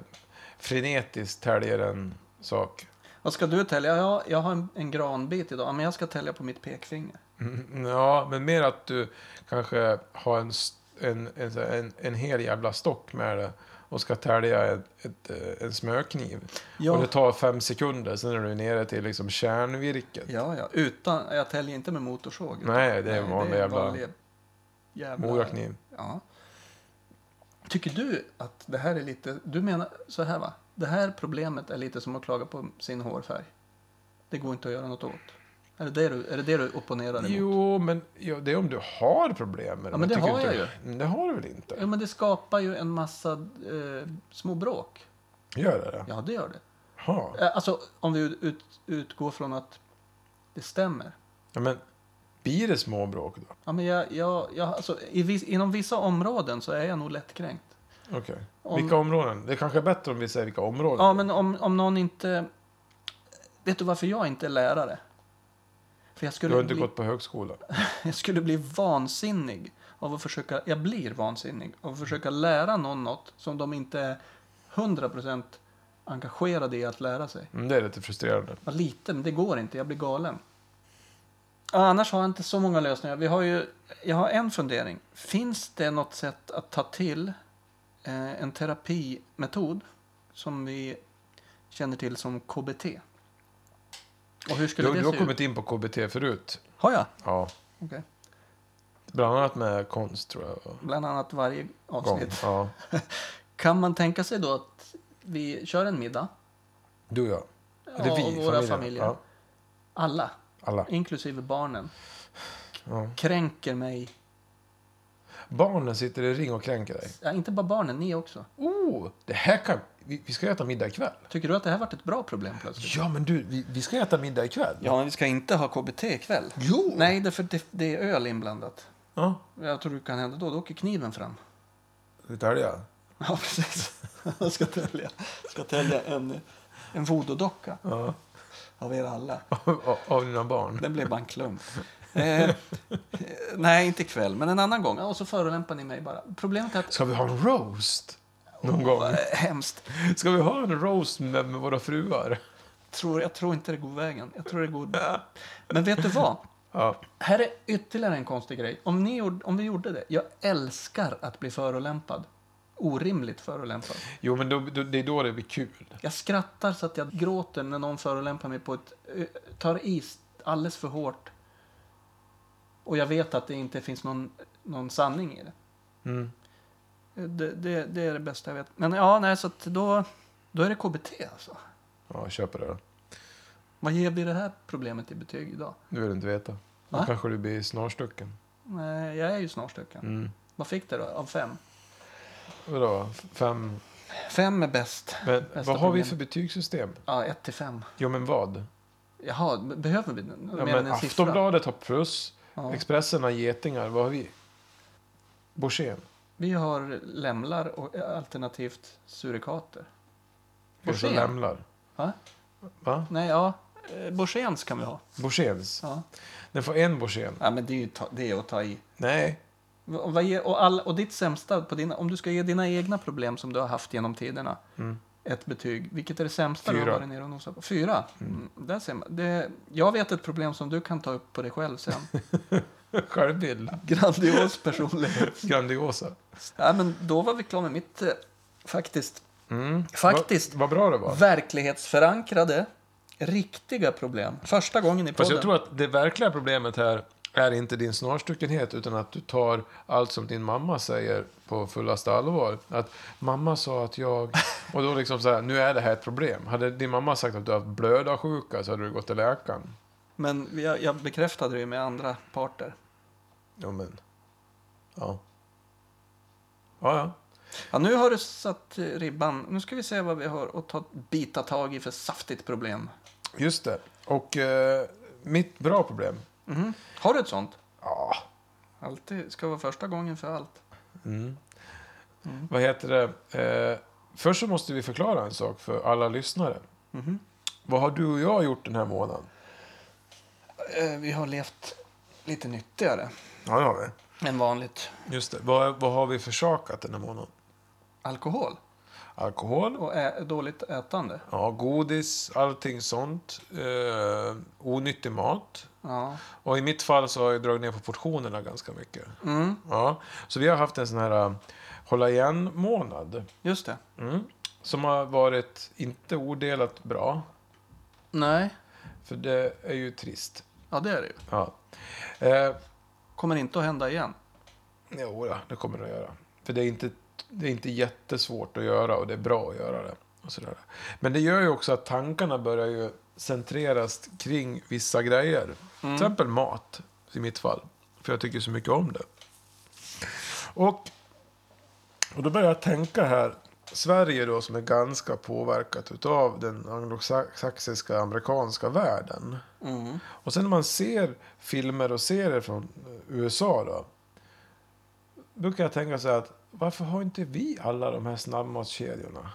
[SPEAKER 2] frenetiskt täljer en sak.
[SPEAKER 1] Vad ska du tälja? Ja, jag har en, en granbit idag, men jag ska tälja på mitt pekfinger.
[SPEAKER 2] Mm, ja, men mer att du kanske har en, s- en, en, så här- en, en hel jävla stock med det och ska tälja ett, ett, eh, en smörkniv.
[SPEAKER 1] Ja.
[SPEAKER 2] Och det tar fem sekunder, sen är du nere till liksom kärnvirket.
[SPEAKER 1] Ja, ja. Utan, jag täljer inte med motorsåg. utan-
[SPEAKER 2] Nej, det är en vanlig jävla
[SPEAKER 1] jävla...
[SPEAKER 2] mogakniv.
[SPEAKER 1] Ja. Tycker du att det här är lite... Du menar så här va? Det här problemet är lite som att klaga på sin hårfärg. Det går inte att göra något åt. Är det det du, är det det du opponerar emot?
[SPEAKER 2] Jo, men ja, det är om du har problem med det.
[SPEAKER 1] Ja, men det
[SPEAKER 2] tycker
[SPEAKER 1] har
[SPEAKER 2] inte,
[SPEAKER 1] jag
[SPEAKER 2] ju. Det har du väl
[SPEAKER 1] Ja,
[SPEAKER 2] inte?
[SPEAKER 1] men det skapar ju en massa eh, små bråk.
[SPEAKER 2] Gör det det?
[SPEAKER 1] Ja, det gör det.
[SPEAKER 2] Jaha.
[SPEAKER 1] Eh, Alltså, om vi ut, ut, utgår från att det stämmer.
[SPEAKER 2] Ja, men blir det småbråk då?
[SPEAKER 1] Ja, men jag, jag, jag, alltså, i viss, inom vissa områden så är jag nog lättkränkt.
[SPEAKER 2] Okej.
[SPEAKER 1] Om-
[SPEAKER 2] Vilka områden? Det kanske är bättre om vi säger vilka områden.
[SPEAKER 1] Ja, men om, om någon inte... Vet du varför jag inte är lärare? För jag
[SPEAKER 2] Du har
[SPEAKER 1] skulle,
[SPEAKER 2] inte
[SPEAKER 1] bli,
[SPEAKER 2] gått på högskola.
[SPEAKER 1] jag skulle bli vansinnig av att försöka... Jag blir vansinnig av att försöka lära någon något som de inte är 100% engagerade i att lära sig.
[SPEAKER 2] Mm, det är lite frustrerande.
[SPEAKER 1] Ja, lite, men det går inte. Jag blir galen. Ja, annars har jag inte så många lösningar. Vi har ju, jag har en fundering. Finns det något sätt att ta till eh, en terapimetod som vi känner till som KBT? Och hur skulle
[SPEAKER 2] Du, du
[SPEAKER 1] det
[SPEAKER 2] har
[SPEAKER 1] se ut?
[SPEAKER 2] kommit in på KBT förut.
[SPEAKER 1] Har jag?
[SPEAKER 2] Ja.
[SPEAKER 1] Okej.
[SPEAKER 2] Bland annat med konst tror jag.
[SPEAKER 1] Bland annat varje
[SPEAKER 2] Gång.
[SPEAKER 1] avsnitt.
[SPEAKER 2] Ja.
[SPEAKER 1] Kan man tänka sig då att vi kör en middag?
[SPEAKER 2] Du och jag. Eller
[SPEAKER 1] Ja,
[SPEAKER 2] vi,
[SPEAKER 1] och våra familjer.
[SPEAKER 2] Ja,
[SPEAKER 1] Alla,
[SPEAKER 2] alla.
[SPEAKER 1] inklusive barnen,
[SPEAKER 2] Ja.
[SPEAKER 1] kränker mig.
[SPEAKER 2] Barnen sitter i ring och kränker dig.
[SPEAKER 1] Ja, inte bara barnen, ni också.
[SPEAKER 2] Oh, det här kan... Vi, vi ska äta middag ikväll.
[SPEAKER 1] Tycker du att det här varit ett bra problem plötsligt?
[SPEAKER 2] Ja, men du, vi, vi ska äta middag ikväll.
[SPEAKER 1] Ja, men vi ska inte ha KBT ikväll.
[SPEAKER 2] Jo!
[SPEAKER 1] Nej, därför att det, det är öl inblandat.
[SPEAKER 2] Ja,
[SPEAKER 1] Jag tror det kan hända då. Då åker kniven fram.
[SPEAKER 2] det tar jag.
[SPEAKER 1] Ja, precis. Han ska tälja, ska tälja en, en fotodocka
[SPEAKER 2] Ja.
[SPEAKER 1] av er alla.
[SPEAKER 2] Av, av dina barn.
[SPEAKER 1] Den blev bara en klump. Eh, eh, nej, inte ikväll, men en annan gång. Ja, och så förolämpar ni mig bara. Problemet är att...
[SPEAKER 2] Ska vi ha en roast? Någon gång.
[SPEAKER 1] Eh, Hemskt.
[SPEAKER 2] Ska vi ha en roast med, med våra fruar?
[SPEAKER 1] Tror, jag tror inte det går vägen. Jag tror det går... Men vet du vad?
[SPEAKER 2] Ja.
[SPEAKER 1] Här är ytterligare en konstig grej. Om, ni gjorde, om vi gjorde det. Jag älskar att bli förolämpad. Orimligt förolämpad.
[SPEAKER 2] Jo, men då, då, det är då det blir kul.
[SPEAKER 1] Jag skrattar så att jag gråter när någon förolämpar mig på ett... eh, Tar i alldeles för hårt. Och jag vet att det inte finns någon, någon sanning i det.
[SPEAKER 2] Mm.
[SPEAKER 1] Det, det, det är det bästa jag vet. Men ja, nej, så att då, då är det KBT alltså.
[SPEAKER 2] Ja, jag köper det då.
[SPEAKER 1] Vad ger vi det här problemet i betyg idag?
[SPEAKER 2] Nu vill du inte veta. Då
[SPEAKER 1] Va?
[SPEAKER 2] kanske du blir snarstucken.
[SPEAKER 1] Nej, jag är ju snarstucken.
[SPEAKER 2] Mm.
[SPEAKER 1] Vad fick det då av fem?
[SPEAKER 2] Vadå? Fem?
[SPEAKER 1] Fem är bäst.
[SPEAKER 2] Men, vad har
[SPEAKER 1] Bästa
[SPEAKER 2] vi
[SPEAKER 1] problemet.
[SPEAKER 2] för betygssystem?
[SPEAKER 1] Ja, ett till fem.
[SPEAKER 2] Jo, men vad?
[SPEAKER 1] Jaha, b- behöver vi den?
[SPEAKER 2] Ja,
[SPEAKER 1] mer än
[SPEAKER 2] men
[SPEAKER 1] en siffra?
[SPEAKER 2] Aftonbladet liksom. har plus,
[SPEAKER 1] Ja.
[SPEAKER 2] Expressen har getingar. Vad har vi? Borssén?
[SPEAKER 1] Vi har lämlar och eh, alternativt surikater.
[SPEAKER 2] Kanske
[SPEAKER 1] Borssén?
[SPEAKER 2] lämlar.
[SPEAKER 1] Va?
[SPEAKER 2] Va?
[SPEAKER 1] Nej, ja. eh, Borséns kan vi ha.
[SPEAKER 2] Borséns?
[SPEAKER 1] Ja.
[SPEAKER 2] Den får en Borssén.
[SPEAKER 1] ja, men det är ju ta, det är att ta i.
[SPEAKER 2] Nej.
[SPEAKER 1] Va- Vad ger, och, all, och ditt sämsta, på dina, om du ska ge dina egna problem som du har haft genom tiderna,
[SPEAKER 2] Mm.
[SPEAKER 1] ett betyg. Vilket är det sämsta du
[SPEAKER 2] Fyra.
[SPEAKER 1] har varit nere och nosat på? Fyra? Mm. Där ser man. Det, jag vet ett problem som du kan ta upp på dig själv sen.
[SPEAKER 2] Självbild.
[SPEAKER 1] Grandios personlighet.
[SPEAKER 2] Grandiosa.
[SPEAKER 1] ja, men då var vi klara med mitt, eh, faktiskt,
[SPEAKER 2] Mm.
[SPEAKER 1] Faktiskt.
[SPEAKER 2] Vad, vad bra det var.
[SPEAKER 1] verklighetsförankrade, riktiga problem. Första gången i
[SPEAKER 2] Fast
[SPEAKER 1] podden.
[SPEAKER 2] jag tror att det verkliga problemet här är inte din snarstuckenhet utan att du tar allt som din mamma säger på fullaste allvar. Att mamma sa att jag... Och då liksom så här, nu är det här ett problem. Hade din mamma sagt att du har haft blödarsjuka så hade du gått till läkaren.
[SPEAKER 1] Men jag, jag bekräftade det ju med andra parter.
[SPEAKER 2] Ja, men... Ja. Ja, ja.
[SPEAKER 1] Ja, nu har du satt eh, ribban. Nu ska vi se vad vi har att ta, bita tag i för saftigt problem.
[SPEAKER 2] Just det. Och eh, mitt bra problem.
[SPEAKER 1] Mhm. Har du ett sånt?
[SPEAKER 2] Ja.
[SPEAKER 1] Alltid ska vara första gången för allt.
[SPEAKER 2] Mm.
[SPEAKER 1] Mm.
[SPEAKER 2] Vad heter det? Eh, först så måste vi förklara en sak för alla lyssnare.
[SPEAKER 1] Mhm.
[SPEAKER 2] Vad har du och jag gjort den här månaden?
[SPEAKER 1] Eh, Vi har levt lite nyttigare
[SPEAKER 2] Ja, det har vi.
[SPEAKER 1] än vanligt.
[SPEAKER 2] Just det. Vad, vad har vi försakat den här månaden?
[SPEAKER 1] Alkohol
[SPEAKER 2] Alkohol,
[SPEAKER 1] och ä- dåligt ätande.
[SPEAKER 2] ja, godis, allting sånt. Eh, onyttig mat.
[SPEAKER 1] Ja.
[SPEAKER 2] Och i mitt fall så har jag dragit ner på portionerna ganska mycket.
[SPEAKER 1] Mm,
[SPEAKER 2] Ja. Så vi har haft en sån här eh, hålla igen-månad.
[SPEAKER 1] just det.
[SPEAKER 2] Mm. Som har varit inte odelat bra.
[SPEAKER 1] Nej,
[SPEAKER 2] För det är ju trist.
[SPEAKER 1] ja det är det ju.
[SPEAKER 2] Ja. Eh,
[SPEAKER 1] Kommer inte att hända igen.
[SPEAKER 2] Jo, då, det kommer det att göra. För det är, inte, det är inte jättesvårt att göra och det är bra att göra det. Och sådär. Men det gör ju också att tankarna börjar ju centreras kring vissa grejer. Till exempel mat, i mitt fall. För jag tycker så mycket om det. Och, och då börjar jag tänka här. Sverige då som är ganska påverkat utav den anglosaxiska amerikanska världen.
[SPEAKER 1] Mm.
[SPEAKER 2] Och sen när man ser filmer och serier från eh, USA då. Brukar jag tänka så här att varför har inte vi alla de här snabbmatskedjorna?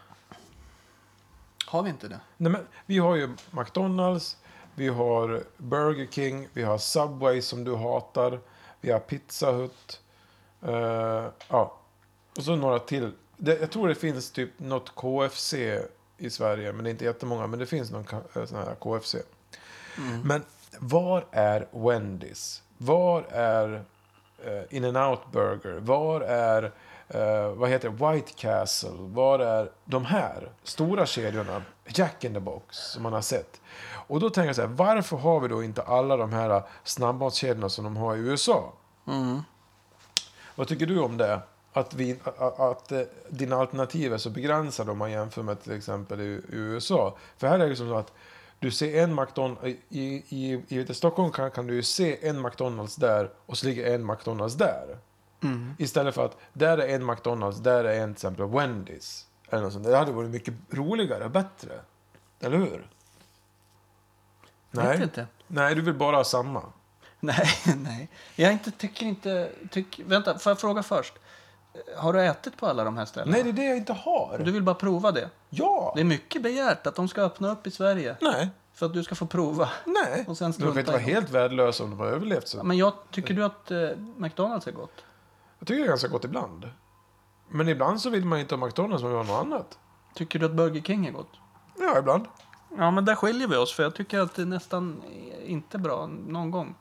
[SPEAKER 1] Har vi inte det?
[SPEAKER 2] Nej, men, vi har ju McDonalds, vi har Burger King, vi har Subway som du hatar, vi har Pizza Hut. eh, ja. Och så några till. Det, jag tror det finns typ något KFC i Sverige, men det är inte jättemånga. Men det finns någon ka- eh, sån här KFC. Mm. Men var är Wendys? Var är eh, In-N-Out Burger? Var är eh, vad heter det? White Castle? Var är de här stora kedjorna? Jack in the box som man har sett. Och då tänker jag så här, varför har vi då inte alla de här eh, snabbmatskedjorna som de har i USA?
[SPEAKER 1] Mm.
[SPEAKER 2] Vad tycker du om det? Att, vi, a- a- att eh, dina alternativ är så begränsade om man jämför med till exempel i i USA. För här är det som så att du ser en McDonalds, i, i, i, i Stockholm kan, kan du ju se en McDonalds där och så ligger en McDonalds där.
[SPEAKER 1] Mm.
[SPEAKER 2] Istället för att där är en McDonalds, där är en till exempel Wendys. Eller något sånt. Det hade varit mycket roligare och bättre. Eller hur?
[SPEAKER 1] Vet
[SPEAKER 2] Nej.
[SPEAKER 1] inte.
[SPEAKER 2] Nej, du vill bara ha samma.
[SPEAKER 1] Nej, nej. Jag inte, tycker inte... Tyck, vänta, får jag fråga först? Eh, Har du ätit på alla de här ställena?
[SPEAKER 2] Nej, det är det jag inte har.
[SPEAKER 1] Du vill bara prova det?
[SPEAKER 2] Ja!
[SPEAKER 1] Det är mycket begärt att de ska öppna upp i Sverige
[SPEAKER 2] Nej.
[SPEAKER 1] för att du ska få prova.
[SPEAKER 2] Nej.
[SPEAKER 1] Och sen
[SPEAKER 2] Du vet
[SPEAKER 1] strunta
[SPEAKER 2] vara
[SPEAKER 1] i dem.
[SPEAKER 2] helt värdelös om de har överlevt.
[SPEAKER 1] Ja,
[SPEAKER 2] Så.
[SPEAKER 1] Men jag, tycker du att eh, McDonalds är gott?
[SPEAKER 2] Jag tycker det är ganska gott ibland. Men ibland så vill man inte ha McDonalds, man vill ha något annat.
[SPEAKER 1] Tycker du att Burger King är gott?
[SPEAKER 2] Ja, ibland.
[SPEAKER 1] Ja, men där skiljer vi oss för jag tycker att det är nästan eh, inte bra någon gång.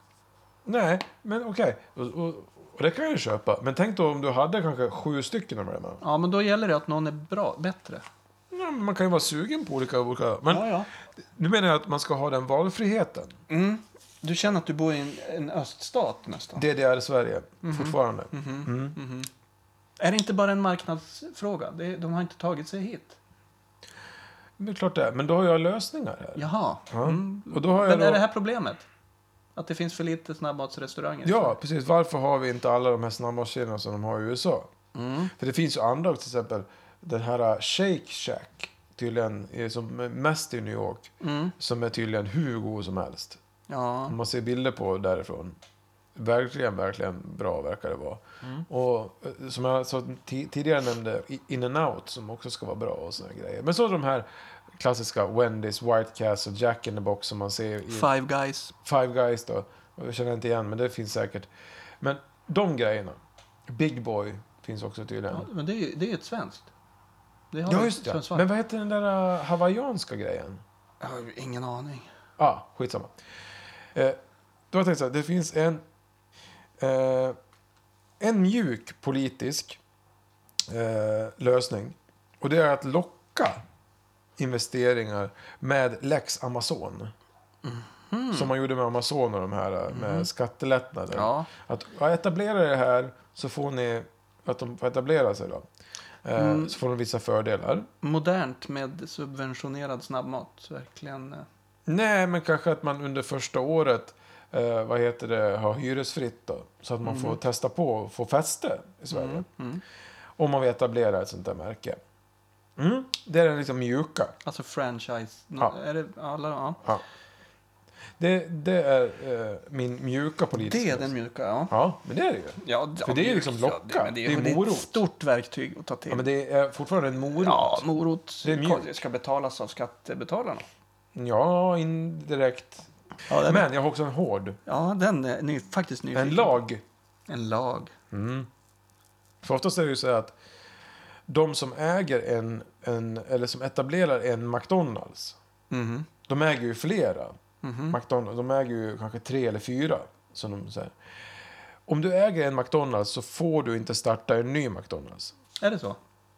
[SPEAKER 2] Nej, men okej. Och, och, och det kan jag ju köpa. Men tänk då om du hade kanske sju stycken av dem.
[SPEAKER 1] Ja, men då gäller det att någon är bra, bättre.
[SPEAKER 2] Ja, men man kan ju vara sugen på olika... olika. Men
[SPEAKER 1] Ja, ja.
[SPEAKER 2] nu menar jag att man ska ha den valfriheten.
[SPEAKER 1] Mm. Du känner att du bor i en, en öststat nästan?
[SPEAKER 2] DDR-Sverige,
[SPEAKER 1] Mhm.
[SPEAKER 2] fortfarande. Mm.
[SPEAKER 1] Mm-hmm. Är det inte bara en marknadsfråga? Det, de har inte tagit sig hit.
[SPEAKER 2] Men det är klart det är. Men då har jag lösningar här.
[SPEAKER 1] Jaha.
[SPEAKER 2] Ja.
[SPEAKER 1] Mm.
[SPEAKER 2] Och då har jag
[SPEAKER 1] Men
[SPEAKER 2] då...
[SPEAKER 1] är det här problemet? Att det finns för lite snabbmatsrestauranger?
[SPEAKER 2] Ja, precis. Varför har vi inte alla de här snabbmatskedjorna som de har i USA?
[SPEAKER 1] Mm.
[SPEAKER 2] För det finns ju andra också, till exempel den här äh, Shake Shack, tydligen, är som är mest i New York,
[SPEAKER 1] Mm.
[SPEAKER 2] som är tydligen hur god som helst.
[SPEAKER 1] Ja.
[SPEAKER 2] Man ser bilder på därifrån. Verkligen, verkligen bra verkar det vara. Och eh, som jag så ti- tidigare nämnde, I- In-N-Out som också ska vara bra och såna grejer. Men så de här klassiska Wendy's, White Castle, Jack in the Box som man ser i
[SPEAKER 1] Five guys.
[SPEAKER 2] Five Guys då. Och Jag känner inte igen, men det finns säkert. Men de grejerna. Big Boy finns också tydligen.
[SPEAKER 1] Ja, men det är ju det är ju ett svenskt. Det har
[SPEAKER 2] Ja,
[SPEAKER 1] vi-
[SPEAKER 2] just det.
[SPEAKER 1] Sundsvall.
[SPEAKER 2] Men vad heter den där eh, hawaiianska grejen?
[SPEAKER 1] Jag har ju ingen aning.
[SPEAKER 2] Ja, ah, skitsamma. Eh, då har jag tänkt så här, det finns en, eh, en mjuk politisk eh, lösning. Och det är att locka investeringar med Lex Amazon. Som man gjorde med Amazon och de här eh, med skattelättnader.
[SPEAKER 1] Mhm. Ja.
[SPEAKER 2] Att ja, etablera det här så får ni, att de får etablera sig då. Eh,
[SPEAKER 1] Mm.
[SPEAKER 2] Så får de vissa fördelar.
[SPEAKER 1] Modernt med subventionerad snabbmat. Verkligen. eh.
[SPEAKER 2] Nej, men kanske att man under första året eh, vad heter det, har hyresfritt då. Så att man får testa på och få fäste i Sverige.
[SPEAKER 1] Mm. Mm.
[SPEAKER 2] Om man vill etablera ett sånt där märke. Mm. Det är den liksom mjuka.
[SPEAKER 1] Alltså franchise. Nå-
[SPEAKER 2] Ja.
[SPEAKER 1] Är det alla? Ja.
[SPEAKER 2] Ja. Det, det är eh, min mjuka politiska...
[SPEAKER 1] Det är den mjuka, ja.
[SPEAKER 2] Ja, men det är det ju.
[SPEAKER 1] ja
[SPEAKER 2] För det är ju liksom
[SPEAKER 1] ja,
[SPEAKER 2] locka.
[SPEAKER 1] men
[SPEAKER 2] Det är morot.
[SPEAKER 1] ett stort verktyg att ta till.
[SPEAKER 2] Ja, men det är fortfarande en morot.
[SPEAKER 1] Ja, morot
[SPEAKER 2] Det är mjukt.
[SPEAKER 1] ska betalas av skattebetalarna.
[SPEAKER 2] Ja, indirekt.
[SPEAKER 1] Ja, den,
[SPEAKER 2] Men jag har också en hård.
[SPEAKER 1] ja, den är eh, ny, faktiskt nyfiken.
[SPEAKER 2] En lag.
[SPEAKER 1] En lag.
[SPEAKER 2] Mm. För oftast är det ju så här att de som äger en, en, eller som etablerar en McDonalds,
[SPEAKER 1] Mhm.
[SPEAKER 2] de äger ju flera.
[SPEAKER 1] Mhm.
[SPEAKER 2] McDonald's, de äger ju kanske tre eller fyra. Som de säger. Om du äger en McDonalds så får du inte starta en ny McDonalds.
[SPEAKER 1] Är det så?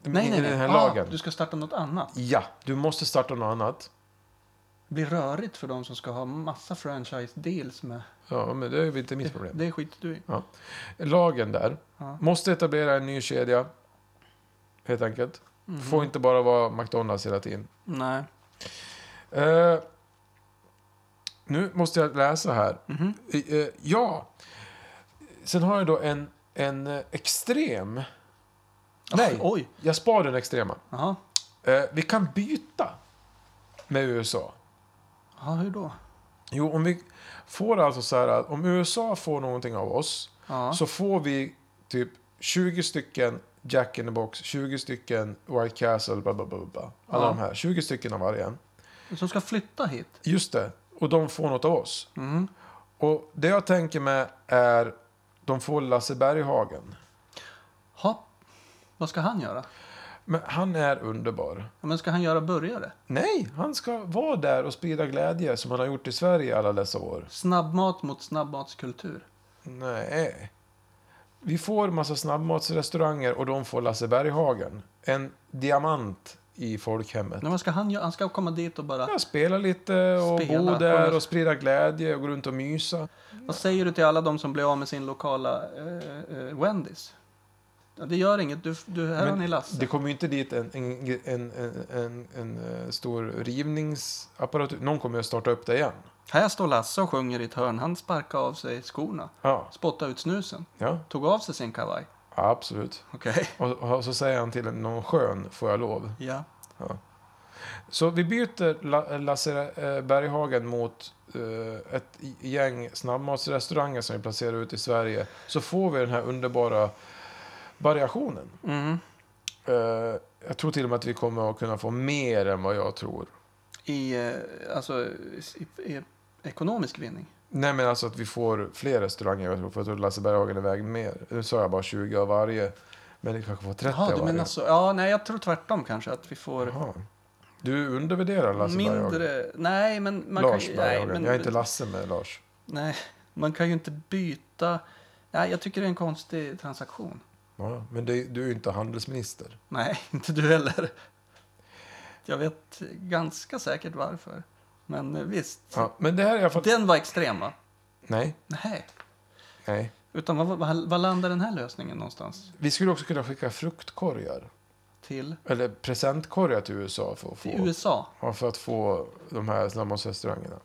[SPEAKER 2] I den här
[SPEAKER 1] Ah,
[SPEAKER 2] lagen.
[SPEAKER 1] Du ska starta något annat.
[SPEAKER 2] Ja, du måste starta något annat.
[SPEAKER 1] Det blir rörigt för de som ska ha massa franchise deals med.
[SPEAKER 2] Ja, men det är väl inte mitt problem.
[SPEAKER 1] Det skiter du i.
[SPEAKER 2] Lagen där.
[SPEAKER 1] Ja.
[SPEAKER 2] Måste etablera en ny kedja. Helt enkelt.
[SPEAKER 1] Mhm.
[SPEAKER 2] Får inte bara vara McDonalds hela tiden.
[SPEAKER 1] Nej.
[SPEAKER 2] Eh, nu måste jag läsa här.
[SPEAKER 1] Mhm.
[SPEAKER 2] Eh, eh, ja. Sen har jag då en, en eh, extrem. Nej.
[SPEAKER 1] Ah, Oj.
[SPEAKER 2] Jag spar den extrema.
[SPEAKER 1] Jaha.
[SPEAKER 2] Eh, vi kan byta med USA.
[SPEAKER 1] Ja, hur då?
[SPEAKER 2] Jo, om vi får alltså så här att om USA får någonting av oss
[SPEAKER 1] Ja.
[SPEAKER 2] så får vi typ 20 stycken Jack in the box, 20 stycken White Castle, bla bla bla. bla. Alla
[SPEAKER 1] Ja.
[SPEAKER 2] de här, 20 stycken av varje.
[SPEAKER 1] Som ska flytta hit?
[SPEAKER 2] Just det, och de får något av oss.
[SPEAKER 1] Mm.
[SPEAKER 2] Och det jag tänker med är de får Lasse Berghagen.
[SPEAKER 1] Ha. Vad ska han göra?
[SPEAKER 2] Men han är underbar.
[SPEAKER 1] Ja, men ska han göra burgare?
[SPEAKER 2] Nej, han ska vara där och sprida glädje som han har gjort i Sverige alla dessa år.
[SPEAKER 1] Snabbmat mot snabbmatskultur.
[SPEAKER 2] Nej. Vi får massa snabbmatsrestauranger och de får Lasse Berghagen. En diamant i folkhemmet.
[SPEAKER 1] Men vad ska han göra? Han ska komma dit och bara...
[SPEAKER 2] Ja, spela lite och bo
[SPEAKER 1] Spela.
[SPEAKER 2] där och sprida glädje och gå runt och mysa.
[SPEAKER 1] Vad säger du till alla de som blir av med sin lokala eh, eh, Wendys? Ja, det gör inget, du, du, här
[SPEAKER 2] Men
[SPEAKER 1] har ni Lasse.
[SPEAKER 2] Det kommer ju inte dit en, en, en, en, en, en eh, stor rivningsapparatur. Någon kommer ju att starta upp det igen.
[SPEAKER 1] Här står Lasse och sjunger i ett hörn. Han sparkade av sig skorna,
[SPEAKER 2] Ja,
[SPEAKER 1] spottade ut snusen,
[SPEAKER 2] ja
[SPEAKER 1] tog av sig sin kavaj.
[SPEAKER 2] absolut.
[SPEAKER 1] Okej.
[SPEAKER 2] Och, och så säger han till någon skön, får jag lov.
[SPEAKER 1] Ja.
[SPEAKER 2] Så vi byter La- Lasse eh, Berghagen mot eh, ett gäng snabbmatsrestauranger som vi placerar ut i Sverige. Så får vi den här underbara variationen.
[SPEAKER 1] Mm.
[SPEAKER 2] Eh, jag tror till och med att vi kommer att kunna få mer än vad jag tror.
[SPEAKER 1] I, eh, alltså, i, i ekonomisk vinning.
[SPEAKER 2] Nej men alltså att vi får fler restauranger jag tror. För jag tror Lasse Berghagen är väg mer. Nu sa jag bara 20 av varje. Men det kanske får 30
[SPEAKER 1] Jaha,
[SPEAKER 2] av
[SPEAKER 1] du
[SPEAKER 2] varje.
[SPEAKER 1] menar så. Ja, nej, jag tror tvärtom kanske. Att vi får
[SPEAKER 2] Jaha. Du undervärderar Lasse Berghagen.
[SPEAKER 1] mindre... Nej, men man
[SPEAKER 2] Lars
[SPEAKER 1] kan ju... Nej,
[SPEAKER 2] Berghagen.
[SPEAKER 1] men,
[SPEAKER 2] Jag är inte Lasse med Lars.
[SPEAKER 1] nej, man kan ju inte byta... Nej, jag tycker det är en konstig transaktion.
[SPEAKER 2] Ja, men det, du är ju inte handelsminister.
[SPEAKER 1] Nej, inte du heller. Jag vet ganska säkert varför. Men eh, visst,
[SPEAKER 2] Ja, men det här är i alla fall...
[SPEAKER 1] den var extrem va?
[SPEAKER 2] Nej,
[SPEAKER 1] Nej.
[SPEAKER 2] nej.
[SPEAKER 1] Utan vad, vad, vad landar den här lösningen någonstans?
[SPEAKER 2] Vi skulle också kunna skicka fruktkorgar.
[SPEAKER 1] Till,
[SPEAKER 2] Eller presentkorgar till USA för att
[SPEAKER 1] till
[SPEAKER 2] få,
[SPEAKER 1] USA?
[SPEAKER 2] ja, för att få de här snabbmatsrestaurangerna.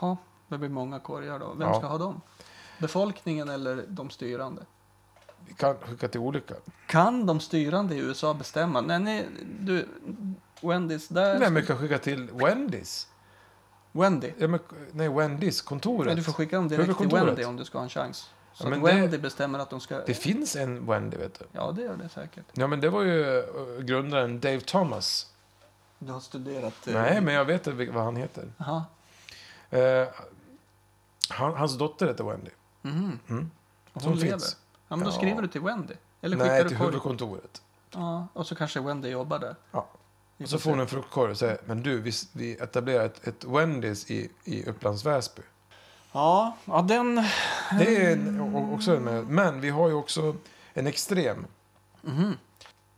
[SPEAKER 1] Ja, det blir många korgar då. Vem
[SPEAKER 2] Ja.
[SPEAKER 1] ska ha dem? Befolkningen eller de styrande?
[SPEAKER 2] Vi kan skicka till olika.
[SPEAKER 1] Kan de styrande i USA bestämma? Nej, nej du, Wendys där.
[SPEAKER 2] Nej, men vi kan skicka till Wendys.
[SPEAKER 1] Wendy.
[SPEAKER 2] Ja, men, nej, Wendys, kontoret.
[SPEAKER 1] Nej, du får skicka dem direkt till
[SPEAKER 2] Huvudkontoret.
[SPEAKER 1] Wendy om du ska ha en chans. Så
[SPEAKER 2] Ja, men
[SPEAKER 1] att
[SPEAKER 2] det-
[SPEAKER 1] Wendy bestämmer att de ska...
[SPEAKER 2] Det finns en Wendy, vet du.
[SPEAKER 1] Ja, det gör det säkert.
[SPEAKER 2] Ja, men det var ju eh, grundaren Dave Thomas.
[SPEAKER 1] Du har studerat... eh,
[SPEAKER 2] Nej, men jag vet inte vil- vad han heter.
[SPEAKER 1] Jaha.
[SPEAKER 2] Eh, han, hans dotter heter Wendy.
[SPEAKER 1] Mhm.
[SPEAKER 2] Mm.
[SPEAKER 1] Och
[SPEAKER 2] Som
[SPEAKER 1] hon lever?
[SPEAKER 2] finns.
[SPEAKER 1] Ja, men då
[SPEAKER 2] Ja.
[SPEAKER 1] skriver du till Wendy. Eller skickar
[SPEAKER 2] Nej,
[SPEAKER 1] du
[SPEAKER 2] till
[SPEAKER 1] korg.
[SPEAKER 2] huvudkontoret.
[SPEAKER 1] Ja, och så kanske Wendy jobbar där.
[SPEAKER 2] Ja. Och så får hon en fruktkorg och säger, men du, vi, vi etablerar ett, ett Wendys i, i Upplands Väsby.
[SPEAKER 1] Ja, ja den...
[SPEAKER 2] Det är en, o- också en, men vi har ju också en extrem.
[SPEAKER 1] Mhm.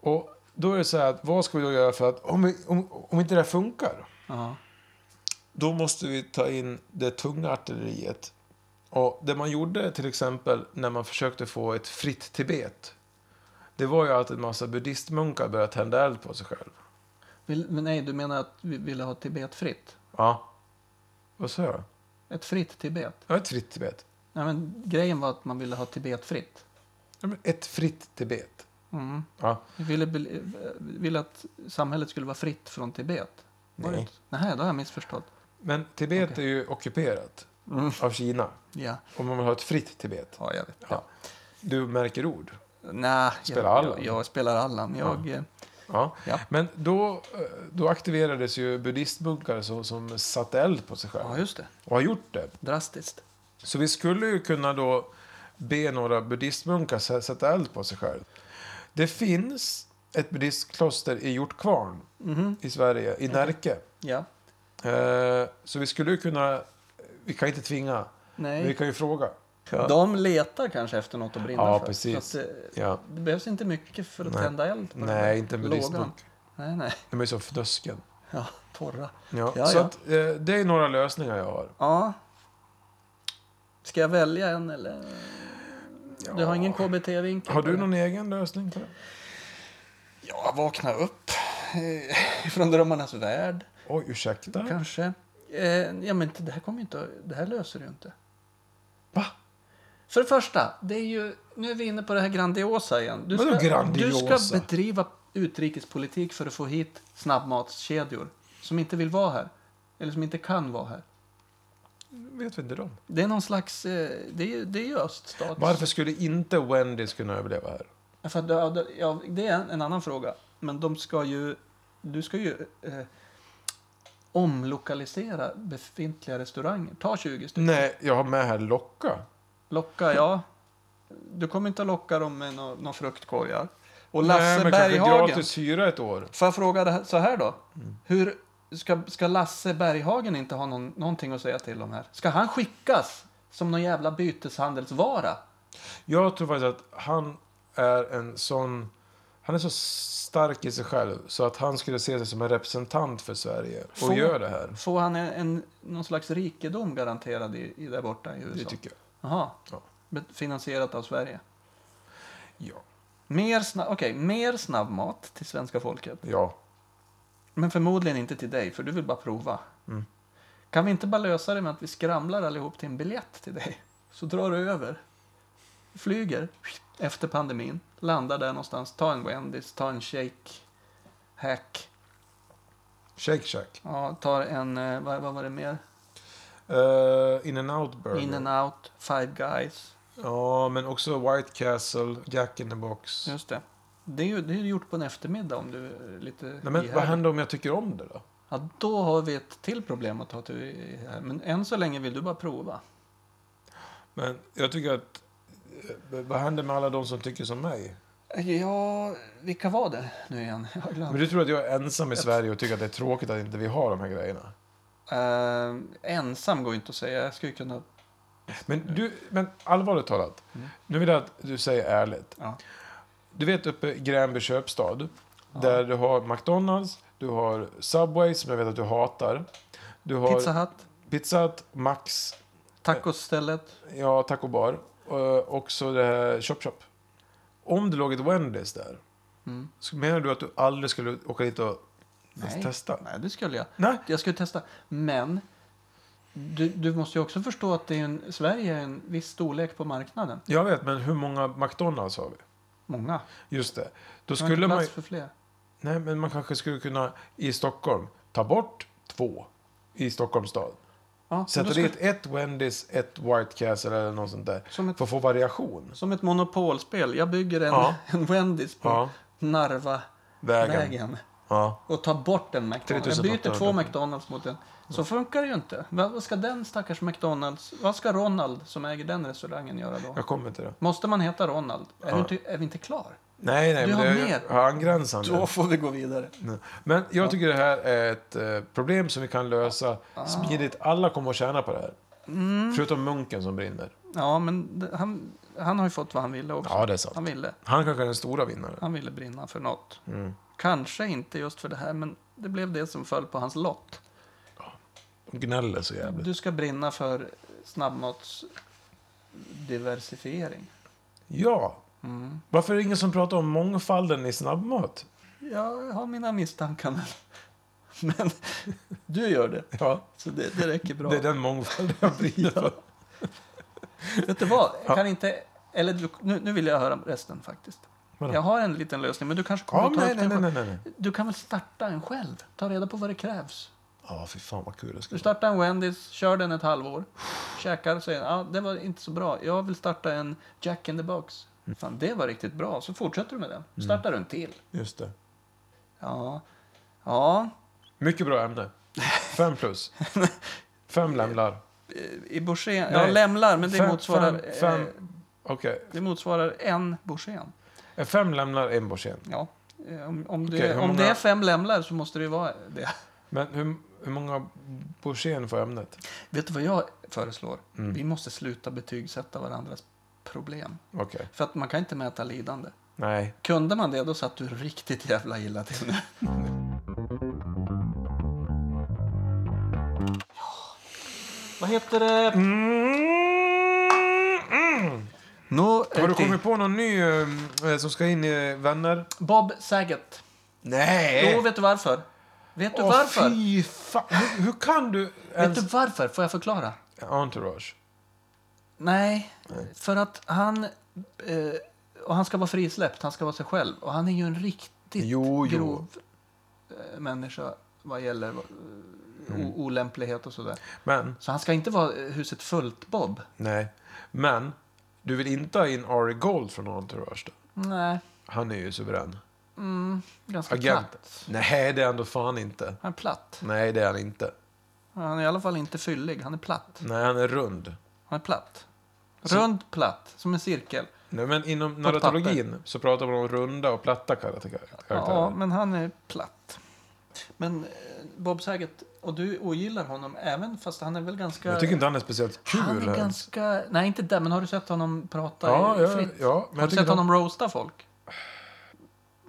[SPEAKER 2] Och då är det så här, att, vad ska vi då göra för att, om, vi, om, om inte det här funkar,
[SPEAKER 1] Ja.
[SPEAKER 2] då måste vi ta in det tunga artilleriet. Och det man gjorde till exempel när man försökte få ett fritt Tibet, det var ju att en massa buddhistmunkar började tända eld på sig själv.
[SPEAKER 1] Vill, men nej, du menar att vi ville ha Tibet fritt?
[SPEAKER 2] Ja. Vad sa jag?
[SPEAKER 1] Ett fritt Tibet?
[SPEAKER 2] Ja, ett fritt Tibet.
[SPEAKER 1] Nej, men grejen var att man ville ha Tibet fritt.
[SPEAKER 2] Ja, men Ett fritt Tibet.
[SPEAKER 1] Mm.
[SPEAKER 2] Ja.
[SPEAKER 1] Vi ville, bel- eh, ville att samhället skulle vara fritt från Tibet. Var det
[SPEAKER 2] Nej.
[SPEAKER 1] inte? Nej, då har jag missförstått.
[SPEAKER 2] Men Tibet
[SPEAKER 1] Okej.
[SPEAKER 2] är ju ockuperat
[SPEAKER 1] Mm.
[SPEAKER 2] av Kina.
[SPEAKER 1] Ja.
[SPEAKER 2] Om man vill ha ett fritt Tibet.
[SPEAKER 1] ja, jag vet.
[SPEAKER 2] Ja. Du märker ord.
[SPEAKER 1] Nej,
[SPEAKER 2] Spelar
[SPEAKER 1] jag,
[SPEAKER 2] Allan?
[SPEAKER 1] Jag, jag spelar Allan. Jag, eh,
[SPEAKER 2] Ja.
[SPEAKER 1] Ja.
[SPEAKER 2] Men då, eh, då aktiverades ju buddhistmunkar så, som satte eld på sig själva.
[SPEAKER 1] ja, just det.
[SPEAKER 2] Och har gjort det.
[SPEAKER 1] Drastiskt.
[SPEAKER 2] Så vi skulle ju kunna då be några buddhistmunkar sä- sätta eld på sig själv. Det finns ett buddhistkloster i Hjortkvarn
[SPEAKER 1] Mhm.
[SPEAKER 2] i Sverige, i Närke.
[SPEAKER 1] Ja.
[SPEAKER 2] Eh, Så vi skulle ju kunna... Vi kan inte tvinga, men
[SPEAKER 1] Nej.
[SPEAKER 2] vi kan ju fråga. Ja.
[SPEAKER 1] De letar kanske efter något att brinna
[SPEAKER 2] Ja,
[SPEAKER 1] för.
[SPEAKER 2] precis.
[SPEAKER 1] Så att, eh,
[SPEAKER 2] Ja.
[SPEAKER 1] det behövs inte mycket för att
[SPEAKER 2] Nej.
[SPEAKER 1] tända eld på den där
[SPEAKER 2] Nej, inte en
[SPEAKER 1] lågan.
[SPEAKER 2] buddhistmunk.
[SPEAKER 1] Nej, nej.
[SPEAKER 2] De är så fnösken.
[SPEAKER 1] Ja, torra.
[SPEAKER 2] Ja,
[SPEAKER 1] Ja,
[SPEAKER 2] så
[SPEAKER 1] ja.
[SPEAKER 2] Att, eh, det är några lösningar jag har.
[SPEAKER 1] Ja. Ska jag välja en eller? Du har ingen KBT-vinkel?
[SPEAKER 2] Har
[SPEAKER 1] på
[SPEAKER 2] du
[SPEAKER 1] det?
[SPEAKER 2] någon egen lösning på det?
[SPEAKER 1] Ja, vakna upp eh, från drömmarnas värld
[SPEAKER 2] Oj, ursäkta?
[SPEAKER 1] kanske. Eh, ja, men det här kommer ju inte att- Det här löser du ju inte.
[SPEAKER 2] Va?
[SPEAKER 1] För det första, det är ju, nu är vi inne på det här grandiosa igen. Du
[SPEAKER 2] Vadå
[SPEAKER 1] ska,
[SPEAKER 2] grandiosa?
[SPEAKER 1] du ska bedriva utrikespolitik för att få hit snabbmatskedjor som inte vill vara här. Eller som inte kan vara här.
[SPEAKER 2] vet vi inte dem.
[SPEAKER 1] Det är någon slags, eh, det är ju, det är ju öststats...
[SPEAKER 2] Varför skulle inte Wendys kunna överleva här?
[SPEAKER 1] För att, ja, det- ja, det är en, en annan fråga. Men de ska ju, du ska ju eh, omlokalisera befintliga restauranger. Ta 20 stycken.
[SPEAKER 2] Nej, jag har med här Locka.
[SPEAKER 1] Locka, ja. Du kommer inte att locka dem med några nå fruktkorgar. Och
[SPEAKER 2] Nej,
[SPEAKER 1] Lasse
[SPEAKER 2] men kanske
[SPEAKER 1] Berghagen.
[SPEAKER 2] gratis hyra ett år.
[SPEAKER 1] Får jag fråga det här, så här då? Hur ska, ska Lasse Berghagen inte ha någon, någonting att säga till om här? Ska han skickas som någon jävla byteshandelsvara?
[SPEAKER 2] Jag tror faktiskt att han är en sån... Han är så stark i sig själv så att han skulle se sig som en representant för Sverige och
[SPEAKER 1] Får-
[SPEAKER 2] gör det här.
[SPEAKER 1] Får han en, en, någon slags rikedom garanterad i, i där borta i
[SPEAKER 2] Det
[SPEAKER 1] USA?
[SPEAKER 2] tycker jag.
[SPEAKER 1] Jaha.
[SPEAKER 2] Ja.
[SPEAKER 1] Bet- Finansierat av Sverige.
[SPEAKER 2] Ja.
[SPEAKER 1] Mer, sna- okej, mer snabbmat till svenska folket.
[SPEAKER 2] ja.
[SPEAKER 1] Men förmodligen inte till dig, för du vill bara prova.
[SPEAKER 2] Mm.
[SPEAKER 1] Kan vi inte bara lösa det med att vi skramlar allihop till en biljett till dig? Så drar du över. Flyger efter pandemin, landar där någonstans, ta en Wendys, ta en shake, hack,
[SPEAKER 2] Shake Shack.
[SPEAKER 1] ja, tar en, eh, vad, vad var det mer?
[SPEAKER 2] Eh, in and out burger.
[SPEAKER 1] In and out, five guys,
[SPEAKER 2] Ja, men också White Castle, Jack in the Box.
[SPEAKER 1] Just det. Det är ju det är gjort på en eftermiddag om du är lite
[SPEAKER 2] Nej, men vad
[SPEAKER 1] ihärdig.
[SPEAKER 2] händer om jag tycker om det då?
[SPEAKER 1] Ja, då har vi ett till problem att ta till i här. Men än så länge vill du bara prova.
[SPEAKER 2] Men jag tycker att... eh, Vad händer med alla de som tycker som mig?
[SPEAKER 1] Ja, vilka var det nu igen? Jag har glömt.
[SPEAKER 2] Men du tror att jag är ensam i Sverige och tycker att det är tråkigt att inte vi har de här grejerna?
[SPEAKER 1] Eh, ensam går ju inte att säga. Jag skulle kunna...
[SPEAKER 2] Men, du, men allvarligt talat,
[SPEAKER 1] Mm.
[SPEAKER 2] nu vill jag att du säger ärligt.
[SPEAKER 1] Ja.
[SPEAKER 2] Du vet uppe i Gränby köpstad,
[SPEAKER 1] Ja.
[SPEAKER 2] där du har McDonalds, du har Subway som jag vet att du hatar. Du har
[SPEAKER 1] Pizza Hut,
[SPEAKER 2] Pizza Hut, Max,
[SPEAKER 1] tacosstället.
[SPEAKER 2] ja, Taco Bar och också det här Chop Chop. Om det låg ett Wendys där,
[SPEAKER 1] Mm.
[SPEAKER 2] så menar du att du aldrig skulle åka dit och
[SPEAKER 1] Nej.
[SPEAKER 2] testa?
[SPEAKER 1] Nej, det skulle jag.
[SPEAKER 2] Nej.
[SPEAKER 1] Jag skulle testa. Men du, du måste ju också förstå att det är en, Sverige är en viss storlek på marknaden.
[SPEAKER 2] Jag vet, men hur många McDonalds har vi?
[SPEAKER 1] Många.
[SPEAKER 2] Just det. Då
[SPEAKER 1] Det har inte
[SPEAKER 2] skulle man,
[SPEAKER 1] plats för fler.
[SPEAKER 2] nej, men man kanske skulle kunna i Stockholm ta bort två i Stockholms stad.
[SPEAKER 1] Ja, men
[SPEAKER 2] Sätta
[SPEAKER 1] då skulle-
[SPEAKER 2] dit ett Wendys, ett White Castle eller något sånt där.
[SPEAKER 1] Som ett,
[SPEAKER 2] För att få variation.
[SPEAKER 1] som ett monopolspel. Jag bygger en,
[SPEAKER 2] Ja.
[SPEAKER 1] en Wendys på
[SPEAKER 2] Ja,
[SPEAKER 1] Narva-vägen.
[SPEAKER 2] vägen. Ja.
[SPEAKER 1] och ta bort en McDonalds. Jag
[SPEAKER 2] 3800.
[SPEAKER 1] byter två McDonalds mot en. Så funkar det ju inte. Vad vad ska den stackars McDonalds, vad ska Ronald som äger den restaurangen göra då?
[SPEAKER 2] Jag kommer till det.
[SPEAKER 1] Måste man heta Ronald? Är,
[SPEAKER 2] Ja.
[SPEAKER 1] du inte, är vi inte klar?
[SPEAKER 2] Nej, nej,
[SPEAKER 1] Du
[SPEAKER 2] men
[SPEAKER 1] har
[SPEAKER 2] det
[SPEAKER 1] mer.
[SPEAKER 2] är har angränsande.
[SPEAKER 1] får vi gå vidare.
[SPEAKER 2] Nej. Men jag tycker det här är ett eh, problem som vi kan lösa
[SPEAKER 1] Ah.
[SPEAKER 2] smidigt. Alla kommer att tjäna på det här.
[SPEAKER 1] Mm.
[SPEAKER 2] Förutom munken som brinner.
[SPEAKER 1] Ja, men det- han, han har ju fått vad han ville också.
[SPEAKER 2] Ja, det är sant.
[SPEAKER 1] Han ville.
[SPEAKER 2] Han kanske är den stora vinnaren.
[SPEAKER 1] Han ville brinna för något.
[SPEAKER 2] Mm.
[SPEAKER 1] Kanske inte just för det här, men det blev det som föll på hans lott.
[SPEAKER 2] De gnäller så jävligt.
[SPEAKER 1] Du ska brinna för snabbmatsdiversifiering.
[SPEAKER 2] Ja.
[SPEAKER 1] Mm.
[SPEAKER 2] Varför är det ingen som pratar om mångfalden i snabbmat?
[SPEAKER 1] Jag har mina misstankar, men, men du gör det.
[SPEAKER 2] Ja,
[SPEAKER 1] Så det, det räcker bra.
[SPEAKER 2] det är den mångfalden jag brinner för.
[SPEAKER 1] Vet du vad? Jag
[SPEAKER 2] Ja.
[SPEAKER 1] kan inte... Eller du, nu, nu vill jag höra resten faktiskt.
[SPEAKER 2] Vadå?
[SPEAKER 1] Jag har en liten lösning, men du kanske kommer
[SPEAKER 2] Ja,
[SPEAKER 1] att ta
[SPEAKER 2] nej,
[SPEAKER 1] upp
[SPEAKER 2] nej,
[SPEAKER 1] den
[SPEAKER 2] nej,
[SPEAKER 1] själv.
[SPEAKER 2] nej, nej.
[SPEAKER 1] Du kan väl starta en själv? Ta reda på vad det krävs.
[SPEAKER 2] Ja, fy fan vad kul det
[SPEAKER 1] Du
[SPEAKER 2] skulle vara.
[SPEAKER 1] startar en Wendys, kör den ett halvår, käkar och säger ah, det var inte så bra. Jag vill starta en Jack in the box.
[SPEAKER 2] Mm.
[SPEAKER 1] Fan, det var riktigt bra. Så fortsätter du med den. Startar du en till.
[SPEAKER 2] Just det.
[SPEAKER 1] Ja. Ja.
[SPEAKER 2] Mycket bra ämne. Fem plus. Fem lämlar.
[SPEAKER 1] Eh, I Borssén. Ja,
[SPEAKER 2] Nej.
[SPEAKER 1] lämlar, men det
[SPEAKER 2] Fem-
[SPEAKER 1] motsvarar...
[SPEAKER 2] fem- fem-
[SPEAKER 1] eh,
[SPEAKER 2] Okej.
[SPEAKER 1] Det motsvarar en Borssén.
[SPEAKER 2] Fem lämlar, en borsen.
[SPEAKER 1] Ja. Eh, Om, om, det,
[SPEAKER 2] Okej, hur
[SPEAKER 1] om
[SPEAKER 2] många-
[SPEAKER 1] det är fem lämlar så måste det ju vara det.
[SPEAKER 2] Men hur, hur många borsen får ämnet?
[SPEAKER 1] Vet du vad jag föreslår?
[SPEAKER 2] Mm.
[SPEAKER 1] Vi måste sluta betygsätta varandras problem.
[SPEAKER 2] Okej.
[SPEAKER 1] För att man kan inte mäta lidande.
[SPEAKER 2] Nej.
[SPEAKER 1] Kunde man det, då satt du riktigt jävla illa till nu. Vad heter det?
[SPEAKER 2] Mm-hmm. Mm, mm.
[SPEAKER 1] Nå,
[SPEAKER 2] Har du
[SPEAKER 1] eh, till-
[SPEAKER 2] kommit på någon ny eh, som ska in i Vänner?
[SPEAKER 1] Bob Saget.
[SPEAKER 2] Nej!
[SPEAKER 1] Jo, vet du varför? Vet du
[SPEAKER 2] Eh. Åh,
[SPEAKER 1] varför?
[SPEAKER 2] Fy fan. Hur, hur kan du
[SPEAKER 1] Vet
[SPEAKER 2] ens...
[SPEAKER 1] du varför? Får jag förklara?
[SPEAKER 2] Entourage.
[SPEAKER 1] Nej, för att han... Eh, och han ska vara frisläppt, han ska vara sig själv. Och han är ju en riktigt
[SPEAKER 2] Jo, jo.
[SPEAKER 1] grov eh, människa vad gäller eh,
[SPEAKER 2] Mm.
[SPEAKER 1] o- olämplighet och sådär.
[SPEAKER 2] Men,
[SPEAKER 1] Så han ska inte vara eh, huset fullt Bob.
[SPEAKER 2] nej. Men, du vill inte ha in Ari Gold från Entourage då?
[SPEAKER 1] Nej,
[SPEAKER 2] Han är ju suverän.
[SPEAKER 1] mm, ganska
[SPEAKER 2] Agent.
[SPEAKER 1] platt.
[SPEAKER 2] Nej, det är han då fan inte.
[SPEAKER 1] Han är platt.
[SPEAKER 2] Nej, det är han inte.
[SPEAKER 1] Han är i alla fall inte fyllig, han är platt.
[SPEAKER 2] Nej, han är rund.
[SPEAKER 1] Han är platt.
[SPEAKER 2] Så-
[SPEAKER 1] Rund platt, som en cirkel.
[SPEAKER 2] Nej, men inom
[SPEAKER 1] På ett papper.
[SPEAKER 2] narratologin så pratar man om runda och platta karaktä- karaktärer.
[SPEAKER 1] Ja, men han är platt. Men eh, Bob Saget, och du ogillar honom även fast han är väl ganska...
[SPEAKER 2] Jag tycker inte han är speciellt kul.
[SPEAKER 1] Han är
[SPEAKER 2] ens.
[SPEAKER 1] ganska... Nej, inte där, men har du sett honom prata
[SPEAKER 2] Ja,
[SPEAKER 1] eh,
[SPEAKER 2] ja,
[SPEAKER 1] fritt?
[SPEAKER 2] ja, men
[SPEAKER 1] har
[SPEAKER 2] jag
[SPEAKER 1] du
[SPEAKER 2] tycker
[SPEAKER 1] sett
[SPEAKER 2] att
[SPEAKER 1] honom roasta folk?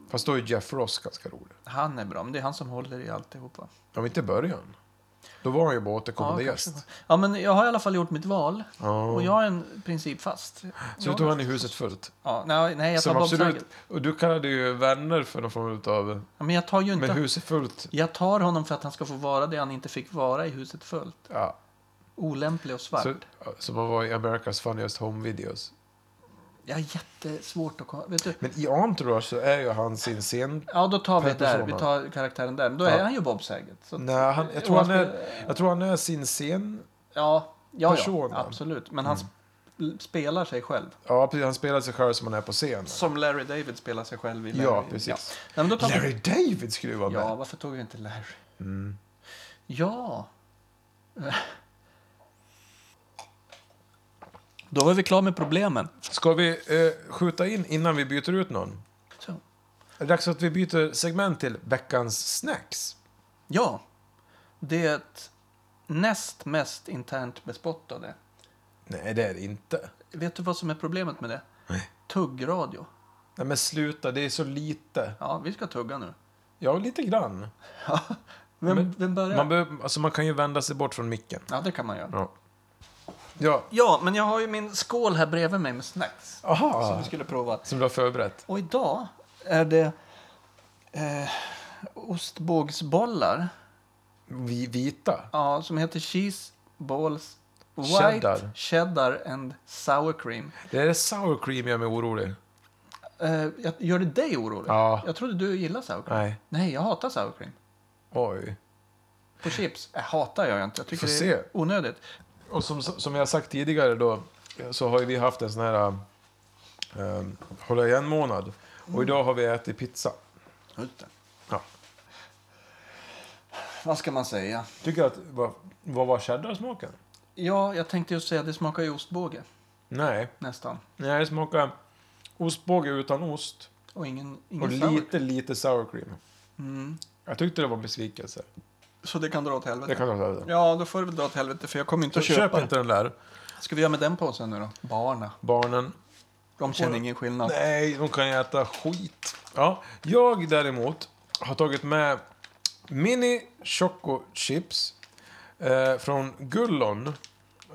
[SPEAKER 2] Fast då är Jeff Ross ganska rolig.
[SPEAKER 1] Han är bra, men det är han som håller i alltihopa.
[SPEAKER 2] Om inte i början. Då var han ju bara återkommande
[SPEAKER 1] Ja,
[SPEAKER 2] gäst.
[SPEAKER 1] kanske. Ja, men jag har i alla fall gjort mitt val.
[SPEAKER 2] Ja.
[SPEAKER 1] Och jag är en principfast.
[SPEAKER 2] Så
[SPEAKER 1] Jag-
[SPEAKER 2] du tog han i huset fullt.
[SPEAKER 1] Ja, nej, nej, jag tar
[SPEAKER 2] Som
[SPEAKER 1] Bob
[SPEAKER 2] absolut,
[SPEAKER 1] Saget.
[SPEAKER 2] och du kallade ju vänner för någon form av...
[SPEAKER 1] Ja, men jag tar ju
[SPEAKER 2] Men
[SPEAKER 1] inte...
[SPEAKER 2] huset fullt.
[SPEAKER 1] Jag tar honom för att han ska få vara det han inte fick vara i huset fullt.
[SPEAKER 2] Ja,
[SPEAKER 1] Olämplig och svart.
[SPEAKER 2] så, som man var i America's Funniest Home Videos.
[SPEAKER 1] Jag har jättesvårt att komma... Vet du?
[SPEAKER 2] Men i Entourage så är ju han sin scen...
[SPEAKER 1] Ja, då tar vi
[SPEAKER 2] Per
[SPEAKER 1] det där. Vi
[SPEAKER 2] persona.
[SPEAKER 1] tar karaktären där. Men då
[SPEAKER 2] Ja.
[SPEAKER 1] är han ju Bob Saget. Så att-
[SPEAKER 2] Nej, han, jag, tror han är, jag tror han är sin scen...
[SPEAKER 1] Ja, ja, ja
[SPEAKER 2] Persona.
[SPEAKER 1] absolut. Men han spelar sig själv.
[SPEAKER 2] Ja, precis. Han spelar sig själv som han är på scen.
[SPEAKER 1] Som Larry David spelar sig själv i Larry.
[SPEAKER 2] Ja, precis.
[SPEAKER 1] Ja. Nej, men då tar
[SPEAKER 2] Larry David skulle ju vara
[SPEAKER 1] vi... ja,
[SPEAKER 2] med.
[SPEAKER 1] varför tog vi inte Larry?
[SPEAKER 2] Mm.
[SPEAKER 1] Ja. Då var vi klara med problemen.
[SPEAKER 2] Ska vi eh, skjuta in innan vi byter ut någon?
[SPEAKER 1] Så.
[SPEAKER 2] Det är dags att vi byter segment till veckans snacks.
[SPEAKER 1] Ja, det näst mest internt bespottade.
[SPEAKER 2] Nej, det är det inte.
[SPEAKER 1] Vet du vad som är problemet med det?
[SPEAKER 2] Nej.
[SPEAKER 1] Tuggradio.
[SPEAKER 2] Nej, men sluta. Det är så lite.
[SPEAKER 1] Ja, vi ska tugga nu.
[SPEAKER 2] Ja, lite grann.
[SPEAKER 1] Vem,
[SPEAKER 2] Men
[SPEAKER 1] vem börjar?
[SPEAKER 2] Man, behöver, alltså, man kan ju vända sig bort från micken.
[SPEAKER 1] Ja, det kan man göra.
[SPEAKER 2] Ja. Ja,
[SPEAKER 1] Ja, men jag har ju min skål här bredvid mig med snacks. Som
[SPEAKER 2] aha.
[SPEAKER 1] vi skulle prova.
[SPEAKER 2] Som du har förberett.
[SPEAKER 1] Och idag är det eh, ostbågsbollar.
[SPEAKER 2] Vi, vita.
[SPEAKER 1] Ja, som heter cheese balls white
[SPEAKER 2] Cheddar.
[SPEAKER 1] cheddar, and sour cream.
[SPEAKER 2] Det är det sour cream jag är orolig.
[SPEAKER 1] Eh, jag, gör det dig orolig?
[SPEAKER 2] Ja.
[SPEAKER 1] Jag trodde du gillade sour cream.
[SPEAKER 2] Nej.
[SPEAKER 1] Nej, jag hatar sour cream.
[SPEAKER 2] Oj.
[SPEAKER 1] På chips? Jag hatar jag ju inte. Jag tycker
[SPEAKER 2] Får
[SPEAKER 1] det är onödigt.
[SPEAKER 2] Och som, som jag sagt tidigare då så har ju vi haft en sån här eh, hålla igen månad. Och idag har vi ätit pizza. Mm. Ja.
[SPEAKER 1] Vad ska man säga?
[SPEAKER 2] Tycker att, vad, vad var cheddarsmaken?
[SPEAKER 1] Ja, jag tänkte just säga att det smakar ju ostbåge.
[SPEAKER 2] Nej,
[SPEAKER 1] Nästan.
[SPEAKER 2] nej det smakar ostbåge utan ost.
[SPEAKER 1] Och ingen,
[SPEAKER 2] Och
[SPEAKER 1] ingen sour
[SPEAKER 2] lite, lite sour cream.
[SPEAKER 1] Mm.
[SPEAKER 2] Jag tyckte det var en besvikelse.
[SPEAKER 1] Så det kan dra åt helvete.
[SPEAKER 2] Det kan jag ta över.
[SPEAKER 1] Ja, då får det väl dra åt helvete för jag kommer inte
[SPEAKER 2] Så
[SPEAKER 1] att köpa.
[SPEAKER 2] köp
[SPEAKER 1] Inte.
[SPEAKER 2] inte den där.
[SPEAKER 1] Ska vi göra med den påsen nu då? Barna.
[SPEAKER 2] Barnen.
[SPEAKER 1] De känner ingen skillnad.
[SPEAKER 2] Nej, de kan äta skit. Ja, jag däremot har tagit med mini choco chips eh, från Gullon.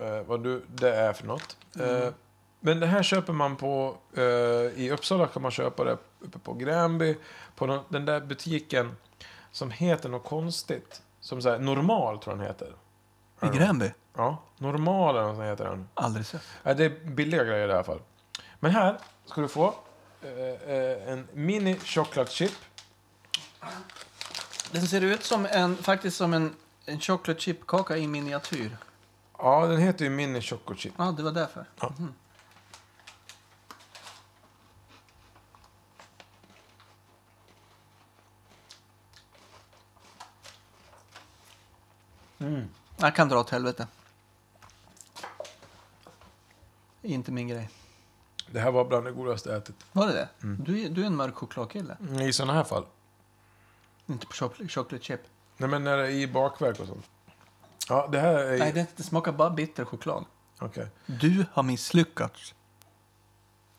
[SPEAKER 2] Eh, vad du, det är för något. Eh, men det här köper man på... Eh, I Uppsala kan man köpa det uppe på Gränby. På nå- den där butiken som heter något konstigt. Som så här, Normal tror jag den heter.
[SPEAKER 1] I Gränby?
[SPEAKER 2] Ja, Normal eller något sånt heter den.
[SPEAKER 1] Aldrig sett.
[SPEAKER 2] Ja, det är billiga grejer i alla fall. Men här ska du få eh, eh, en mini chocolate chip.
[SPEAKER 1] Den ser ut som en, faktiskt som en, en chocolate chip-kaka i miniatyr.
[SPEAKER 2] Ja, den heter ju mini chocolate chip.
[SPEAKER 1] Ja, ah, det var därför.
[SPEAKER 2] Ja.
[SPEAKER 1] Mhm.
[SPEAKER 2] Mm.
[SPEAKER 1] Jag kan dra åt helvete. Inte min grej.
[SPEAKER 2] Det här var bland det godaste jag ätit.
[SPEAKER 1] Var det det? Du, är- du är en mörk chokladkille.
[SPEAKER 2] Mm, I sådana här fall.
[SPEAKER 1] Inte på chocolate, chocolate chip.
[SPEAKER 2] Nej, men när det är i bakverk och sånt. Ja, det här är...
[SPEAKER 1] Nej, det, det smakar bara bitter choklad.
[SPEAKER 2] Okej.
[SPEAKER 1] Du har misslyckats.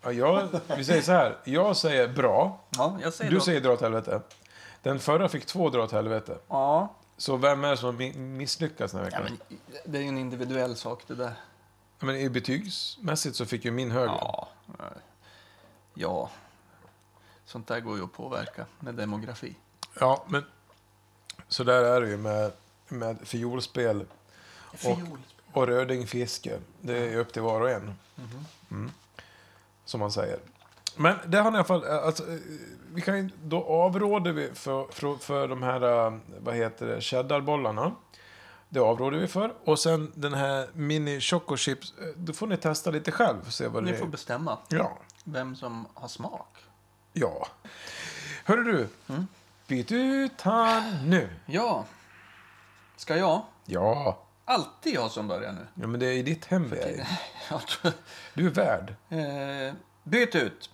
[SPEAKER 2] Ja, jag, vi säger så här. Jag säger bra.
[SPEAKER 1] Ja, jag säger
[SPEAKER 2] Du
[SPEAKER 1] då-
[SPEAKER 2] säger dra åt helvete. Den förra fick två dra åt helvete.
[SPEAKER 1] Ja.
[SPEAKER 2] Så vem är det som har mi- misslyckats den här
[SPEAKER 1] ja
[SPEAKER 2] veckan?
[SPEAKER 1] men, det är ju en individuell sak det där.
[SPEAKER 2] Ja, men i betygsmässigt så fick ju min högre.
[SPEAKER 1] Ja. Ja. Sånt där går ju att påverka med demografi.
[SPEAKER 2] Ja, men så där är det ju med, med fiolspel
[SPEAKER 1] Fiol.
[SPEAKER 2] och rödingfiske. Det är ju upp till var och en. Mm. Som man säger. Men det har ni i alla fall... eh, Alltså, eh, vi kan, ju- då avråder vi för, för, för de här eh, vad heter det, cheddarbollarna. Det avråder vi för. Och sen den här mini choco chips. eh, Då får ni testa lite själv. och Se vad
[SPEAKER 1] Ni
[SPEAKER 2] det
[SPEAKER 1] får
[SPEAKER 2] är.
[SPEAKER 1] bestämma
[SPEAKER 2] Ja.
[SPEAKER 1] vem som har smak.
[SPEAKER 2] ja. Hörru du.
[SPEAKER 1] Mm.
[SPEAKER 2] Byt ut han nu.
[SPEAKER 1] Ja. Ska jag?
[SPEAKER 2] Ja.
[SPEAKER 1] Alltid jag som börjar nu.
[SPEAKER 2] Ja, men det är i ditt hem vi är i.
[SPEAKER 1] Jag tror-
[SPEAKER 2] Du är värd.
[SPEAKER 1] Eh, byt ut.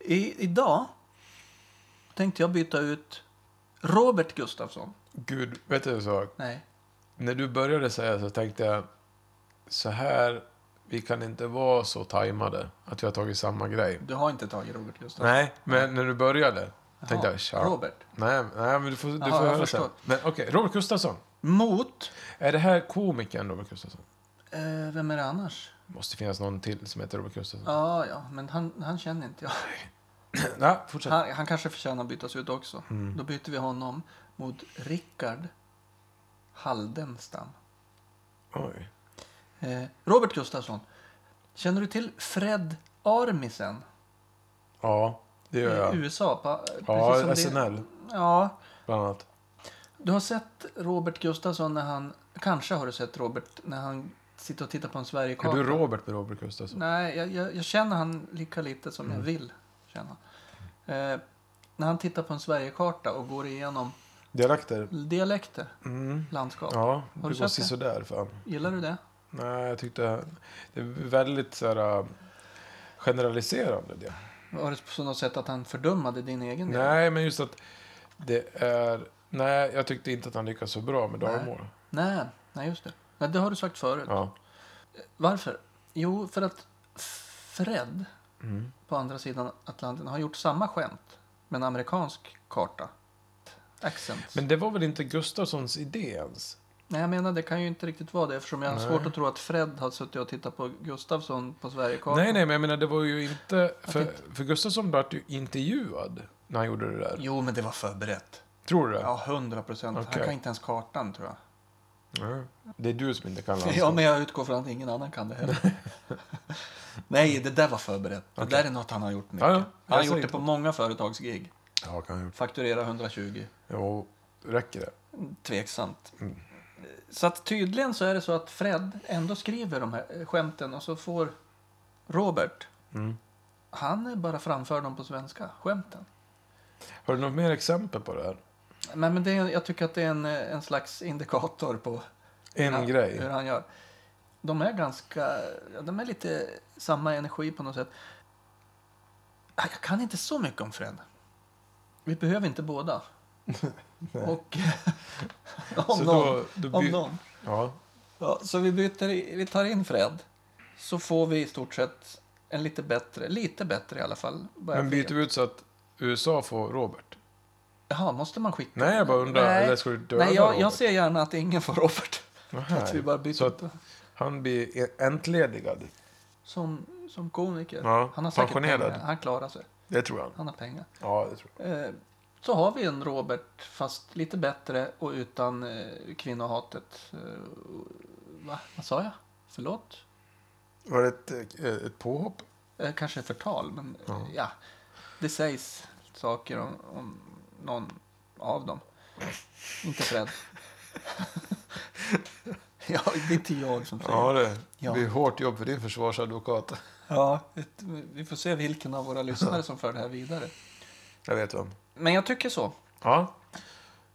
[SPEAKER 1] I, idag tänkte jag byta ut Robert Gustafsson.
[SPEAKER 2] Gud, vet du en sak?
[SPEAKER 1] Nej.
[SPEAKER 2] När du började säga så tänkte jag så här, vi kan inte vara så tajmade att vi har tagit samma grej.
[SPEAKER 1] Du har inte tagit Robert Gustafsson.
[SPEAKER 2] Nej, men när du började tänkte
[SPEAKER 1] Jaha,
[SPEAKER 2] jag tja.
[SPEAKER 1] Robert.
[SPEAKER 2] Nej, nej, men du får, du
[SPEAKER 1] Jaha,
[SPEAKER 2] får
[SPEAKER 1] jag
[SPEAKER 2] höra
[SPEAKER 1] förstår.
[SPEAKER 2] sen. Men okej, Robert Gustafsson.
[SPEAKER 1] Mot,
[SPEAKER 2] Är det här komikern Robert Gustafsson?
[SPEAKER 1] eh, vem är det annars?
[SPEAKER 2] Det måste finnas någon till som heter Robert Gustafsson.
[SPEAKER 1] Ja, ja, men han, han känner inte jag.
[SPEAKER 2] nej, fortsätt.
[SPEAKER 1] Han, han kanske förtjänar att bytas ut också.
[SPEAKER 2] Mm.
[SPEAKER 1] Då byter vi honom mot Rickard Haldenstam.
[SPEAKER 2] Oj.
[SPEAKER 1] Eh, Robert Gustafsson. Känner du till Fred Armisen?
[SPEAKER 2] Ja, det gör
[SPEAKER 1] I
[SPEAKER 2] jag.
[SPEAKER 1] USA? Pa, precis som
[SPEAKER 2] Ja,
[SPEAKER 1] det-
[SPEAKER 2] SNL
[SPEAKER 1] Ja,
[SPEAKER 2] bland annat.
[SPEAKER 1] Du har sett Robert Gustafsson när han, kanske har du sett Robert när han sitta och titta på en
[SPEAKER 2] Är
[SPEAKER 1] Sverigekarta.
[SPEAKER 2] du Robert med Robert Gustafsson?
[SPEAKER 1] Nej, jag, jag, jag känner han lika lite som jag
[SPEAKER 2] Mm.
[SPEAKER 1] vill känna. Eh, när han tittar på en Sverigekarta och går igenom
[SPEAKER 2] Dialekter?
[SPEAKER 1] dialekter,
[SPEAKER 2] Mm.
[SPEAKER 1] landskap.
[SPEAKER 2] Ja,
[SPEAKER 1] Har du
[SPEAKER 2] det går
[SPEAKER 1] sett det?
[SPEAKER 2] sisådär fan.
[SPEAKER 1] Gillar du det?
[SPEAKER 2] Nej, jag tyckte det är väldigt så här, äh, generaliserande det.
[SPEAKER 1] Var det på något sätt att han fördummade din egen dialekt?
[SPEAKER 2] Nej, men just att det är... Nej, jag tyckte inte att han lyckades så bra med
[SPEAKER 1] Nej.
[SPEAKER 2] dalmål.
[SPEAKER 1] Nej, nej just det. Nej, det har du sagt förut.
[SPEAKER 2] Ja.
[SPEAKER 1] Varför? Jo, för att Fred
[SPEAKER 2] Mm.
[SPEAKER 1] på andra sidan Atlanten har gjort samma skämt med en amerikansk karta. Accents.
[SPEAKER 2] Men det var väl inte Gustafssons idé ens?
[SPEAKER 1] Nej, jag menar det kan ju inte riktigt vara det eftersom jag har
[SPEAKER 2] Nej.
[SPEAKER 1] svårt att tro att Fred har suttit och tittat på Gustafsson på Sverigekartan.
[SPEAKER 2] Nej, nej, men jag menar det var ju inte... För,
[SPEAKER 1] Att
[SPEAKER 2] för Gustafsson blev ju intervjuad när han gjorde det där.
[SPEAKER 1] Jo, men det var förberett.
[SPEAKER 2] Tror du det?
[SPEAKER 1] Ja, hundra procent. Han
[SPEAKER 2] Okej.
[SPEAKER 1] kan inte ens kartan tror jag.
[SPEAKER 2] Nej. Det är du som inte kan landskap.
[SPEAKER 1] Ja, men jag utgår från att ingen annan kan det heller. Nej, det där var förberett. Det
[SPEAKER 2] Okej.
[SPEAKER 1] där är något han har gjort mycket.
[SPEAKER 2] Ja, ja. Jag
[SPEAKER 1] Han har
[SPEAKER 2] säger
[SPEAKER 1] gjort det
[SPEAKER 2] inte.
[SPEAKER 1] på många företagsgig.
[SPEAKER 2] Ja, kan jag.
[SPEAKER 1] Fakturera 120.
[SPEAKER 2] Jo, räcker det?
[SPEAKER 1] Tveksamt.
[SPEAKER 2] Mm.
[SPEAKER 1] Så att tydligen så är det så att Fred ändå skriver de här eh, skämten och så får Robert,
[SPEAKER 2] Mm.
[SPEAKER 1] han bara framför dem på svenska, skämten.
[SPEAKER 2] Har du något mer exempel på det här?
[SPEAKER 1] Men, men det är, jag tycker att det är en, eh, en slags indikator på
[SPEAKER 2] En
[SPEAKER 1] hur han- hur
[SPEAKER 2] grej.
[SPEAKER 1] han gör. De är ganska, ja, de är lite samma energi på något sätt. Ah, Jag kan inte så mycket om Fred. Vi behöver inte båda. och om
[SPEAKER 2] Så
[SPEAKER 1] någon.
[SPEAKER 2] då- då
[SPEAKER 1] om
[SPEAKER 2] by-
[SPEAKER 1] någon.
[SPEAKER 2] Ja.
[SPEAKER 1] Ja, så vi, byter, i- vi tar in Fred. Så får vi i stort sett en lite bättre, lite bättre i alla fall. vad jag
[SPEAKER 2] Men byter
[SPEAKER 1] vet.
[SPEAKER 2] vi ut så att USA får Robert?
[SPEAKER 1] Jaha, måste man skicka?
[SPEAKER 2] Nej, jag bara undrar.
[SPEAKER 1] Nej,
[SPEAKER 2] Eller ska du döda
[SPEAKER 1] Nej jag,
[SPEAKER 2] Robert?
[SPEAKER 1] jag ser gärna att ingen får Robert.
[SPEAKER 2] Nähä.
[SPEAKER 1] Att vi bara byter
[SPEAKER 2] Så att
[SPEAKER 1] ut.
[SPEAKER 2] han blir e- entledigad.
[SPEAKER 1] Som, som komiker.
[SPEAKER 2] Ja,
[SPEAKER 1] han har säkert
[SPEAKER 2] pensionerad.
[SPEAKER 1] pengar. Han klarar sig.
[SPEAKER 2] Det tror han.
[SPEAKER 1] Han har pengar.
[SPEAKER 2] Ja, det tror jag.
[SPEAKER 1] Eh, Så har vi en Robert, fast lite bättre och utan eh, kvinnohatet. Eh, Va? Vad sa jag? Förlåt?
[SPEAKER 2] Var det ett, eh, ett påhopp?
[SPEAKER 1] Eh, Kanske förtal, men eh,
[SPEAKER 2] Ja.
[SPEAKER 1] ja. Det sägs saker om, om någon av dem. Inte Fred. ja, det är tio år som säger.
[SPEAKER 2] Ja,
[SPEAKER 1] Ja.
[SPEAKER 2] det
[SPEAKER 1] Ja.
[SPEAKER 2] blir hårt jobb för din försvarsadvokat.
[SPEAKER 1] ett, vi får se vilken av våra lyssnare som för det här vidare.
[SPEAKER 2] Jag vet vem.
[SPEAKER 1] Men jag tycker så.
[SPEAKER 2] Ja.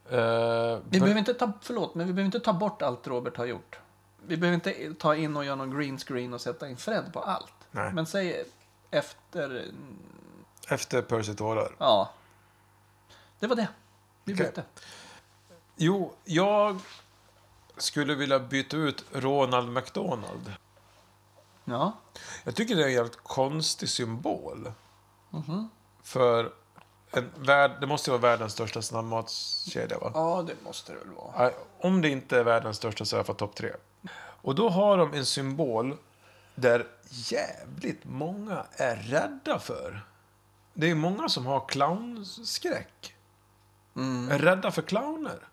[SPEAKER 2] Eh,
[SPEAKER 1] Vi behöver inte ta, förlåt, men vi behöver inte ta bort allt Robert har gjort. Vi behöver inte ta in och göra någon green screen och sätta in Fred på allt.
[SPEAKER 2] Nej.
[SPEAKER 1] Men säg efter...
[SPEAKER 2] Efter Percy tårar.
[SPEAKER 1] Ja. Det var det. Vi
[SPEAKER 2] Okej.
[SPEAKER 1] bytte.
[SPEAKER 2] Jo, jag skulle vilja byta ut Ronald McDonald.
[SPEAKER 1] Ja.
[SPEAKER 2] Jag tycker det är en jävligt konstig symbol.
[SPEAKER 1] Mhm.
[SPEAKER 2] För en värld, det måste ju vara världens största snabbmatskedja, va?
[SPEAKER 1] Ja, det måste det väl vara.
[SPEAKER 2] Nej, Om det inte är världens största så är jag för topp tre. Och då har de en symbol där jävligt många är rädda för. Det är många som har clownskräck.
[SPEAKER 1] Mm.
[SPEAKER 2] Är rädda för clowner.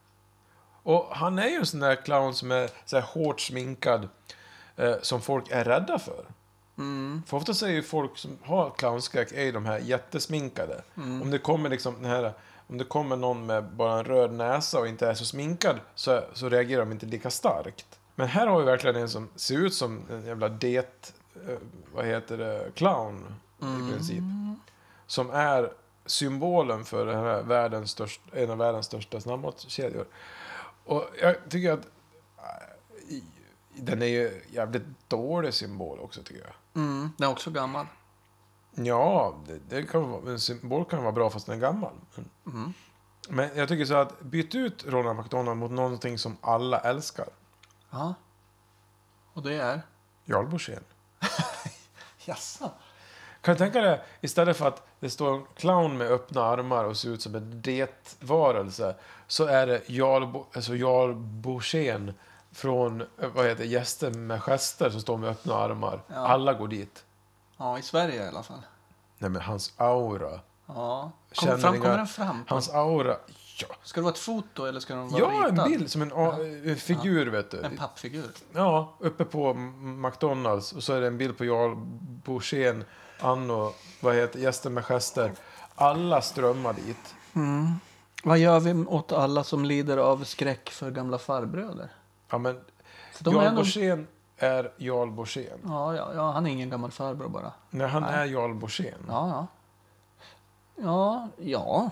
[SPEAKER 2] Och han är ju en sån där clown som är så här hårt sminkad. Eh, som folk är rädda för.
[SPEAKER 1] Mm.
[SPEAKER 2] För ofta säger ju folk som har clownskräck är ju de här jättesminkade. Om det kommer liksom den här... Om det kommer någon med bara en röd näsa och inte är så sminkad så, så reagerar de inte lika starkt. Men här har vi verkligen en som ser ut som en jävla det... eh, Vad heter det? Clown i princip. Som är symbolen för den här världens största, en av världens största snabbmatskedjor. Och jag tycker att eh, i- den är ju jävligt dålig symbol också tycker jag.
[SPEAKER 1] Mm. Den är också gammal.
[SPEAKER 2] Ja, det, det kan vara, en symbol kan vara bra fast den är gammal.
[SPEAKER 1] Mm.
[SPEAKER 2] Men jag tycker så att byt ut Ronald McDonald mot någonting som alla älskar.
[SPEAKER 1] Ja. Och det är?
[SPEAKER 2] Jarl Borssén.
[SPEAKER 1] Jassa.
[SPEAKER 2] Kan du tänka dig, istället för att det står en clown med öppna armar och ser ut som en det-varelse, så är det Jarl, Bo- alltså Jarl Borssén från eh, vad heter, det, Gäster med gester som står med öppna armar.
[SPEAKER 1] Ja.
[SPEAKER 2] Alla går dit.
[SPEAKER 1] Ja, i Sverige i alla fall.
[SPEAKER 2] Nej men hans aura.
[SPEAKER 1] Ja. Kommer,
[SPEAKER 2] Känner
[SPEAKER 1] fram,
[SPEAKER 2] inga-
[SPEAKER 1] kommer den fram?
[SPEAKER 2] Hans aura. Ja,
[SPEAKER 1] Ska det vara ett foto eller ska den vara
[SPEAKER 2] ja
[SPEAKER 1] ritad?
[SPEAKER 2] en bild som en, a- en figur vet du.
[SPEAKER 1] En pappfigur.
[SPEAKER 2] Ja, uppe på M- McDonalds. Och så är det en bild på Jarl Borssén, Anno, vad heter Gästen med gester. Alla strömmar dit.
[SPEAKER 1] Mm. Vad gör vi åt alla som lider av skräck för gamla farbröder?
[SPEAKER 2] Ja, men
[SPEAKER 1] De är
[SPEAKER 2] Jarl
[SPEAKER 1] nog-
[SPEAKER 2] Borssén är Jarl Borssén.
[SPEAKER 1] Ja, ja, ja, han är ingen gammal farbror bara.
[SPEAKER 2] När han
[SPEAKER 1] Nej.
[SPEAKER 2] är Jarl Borssén.
[SPEAKER 1] Ja, ja. Ja, ja.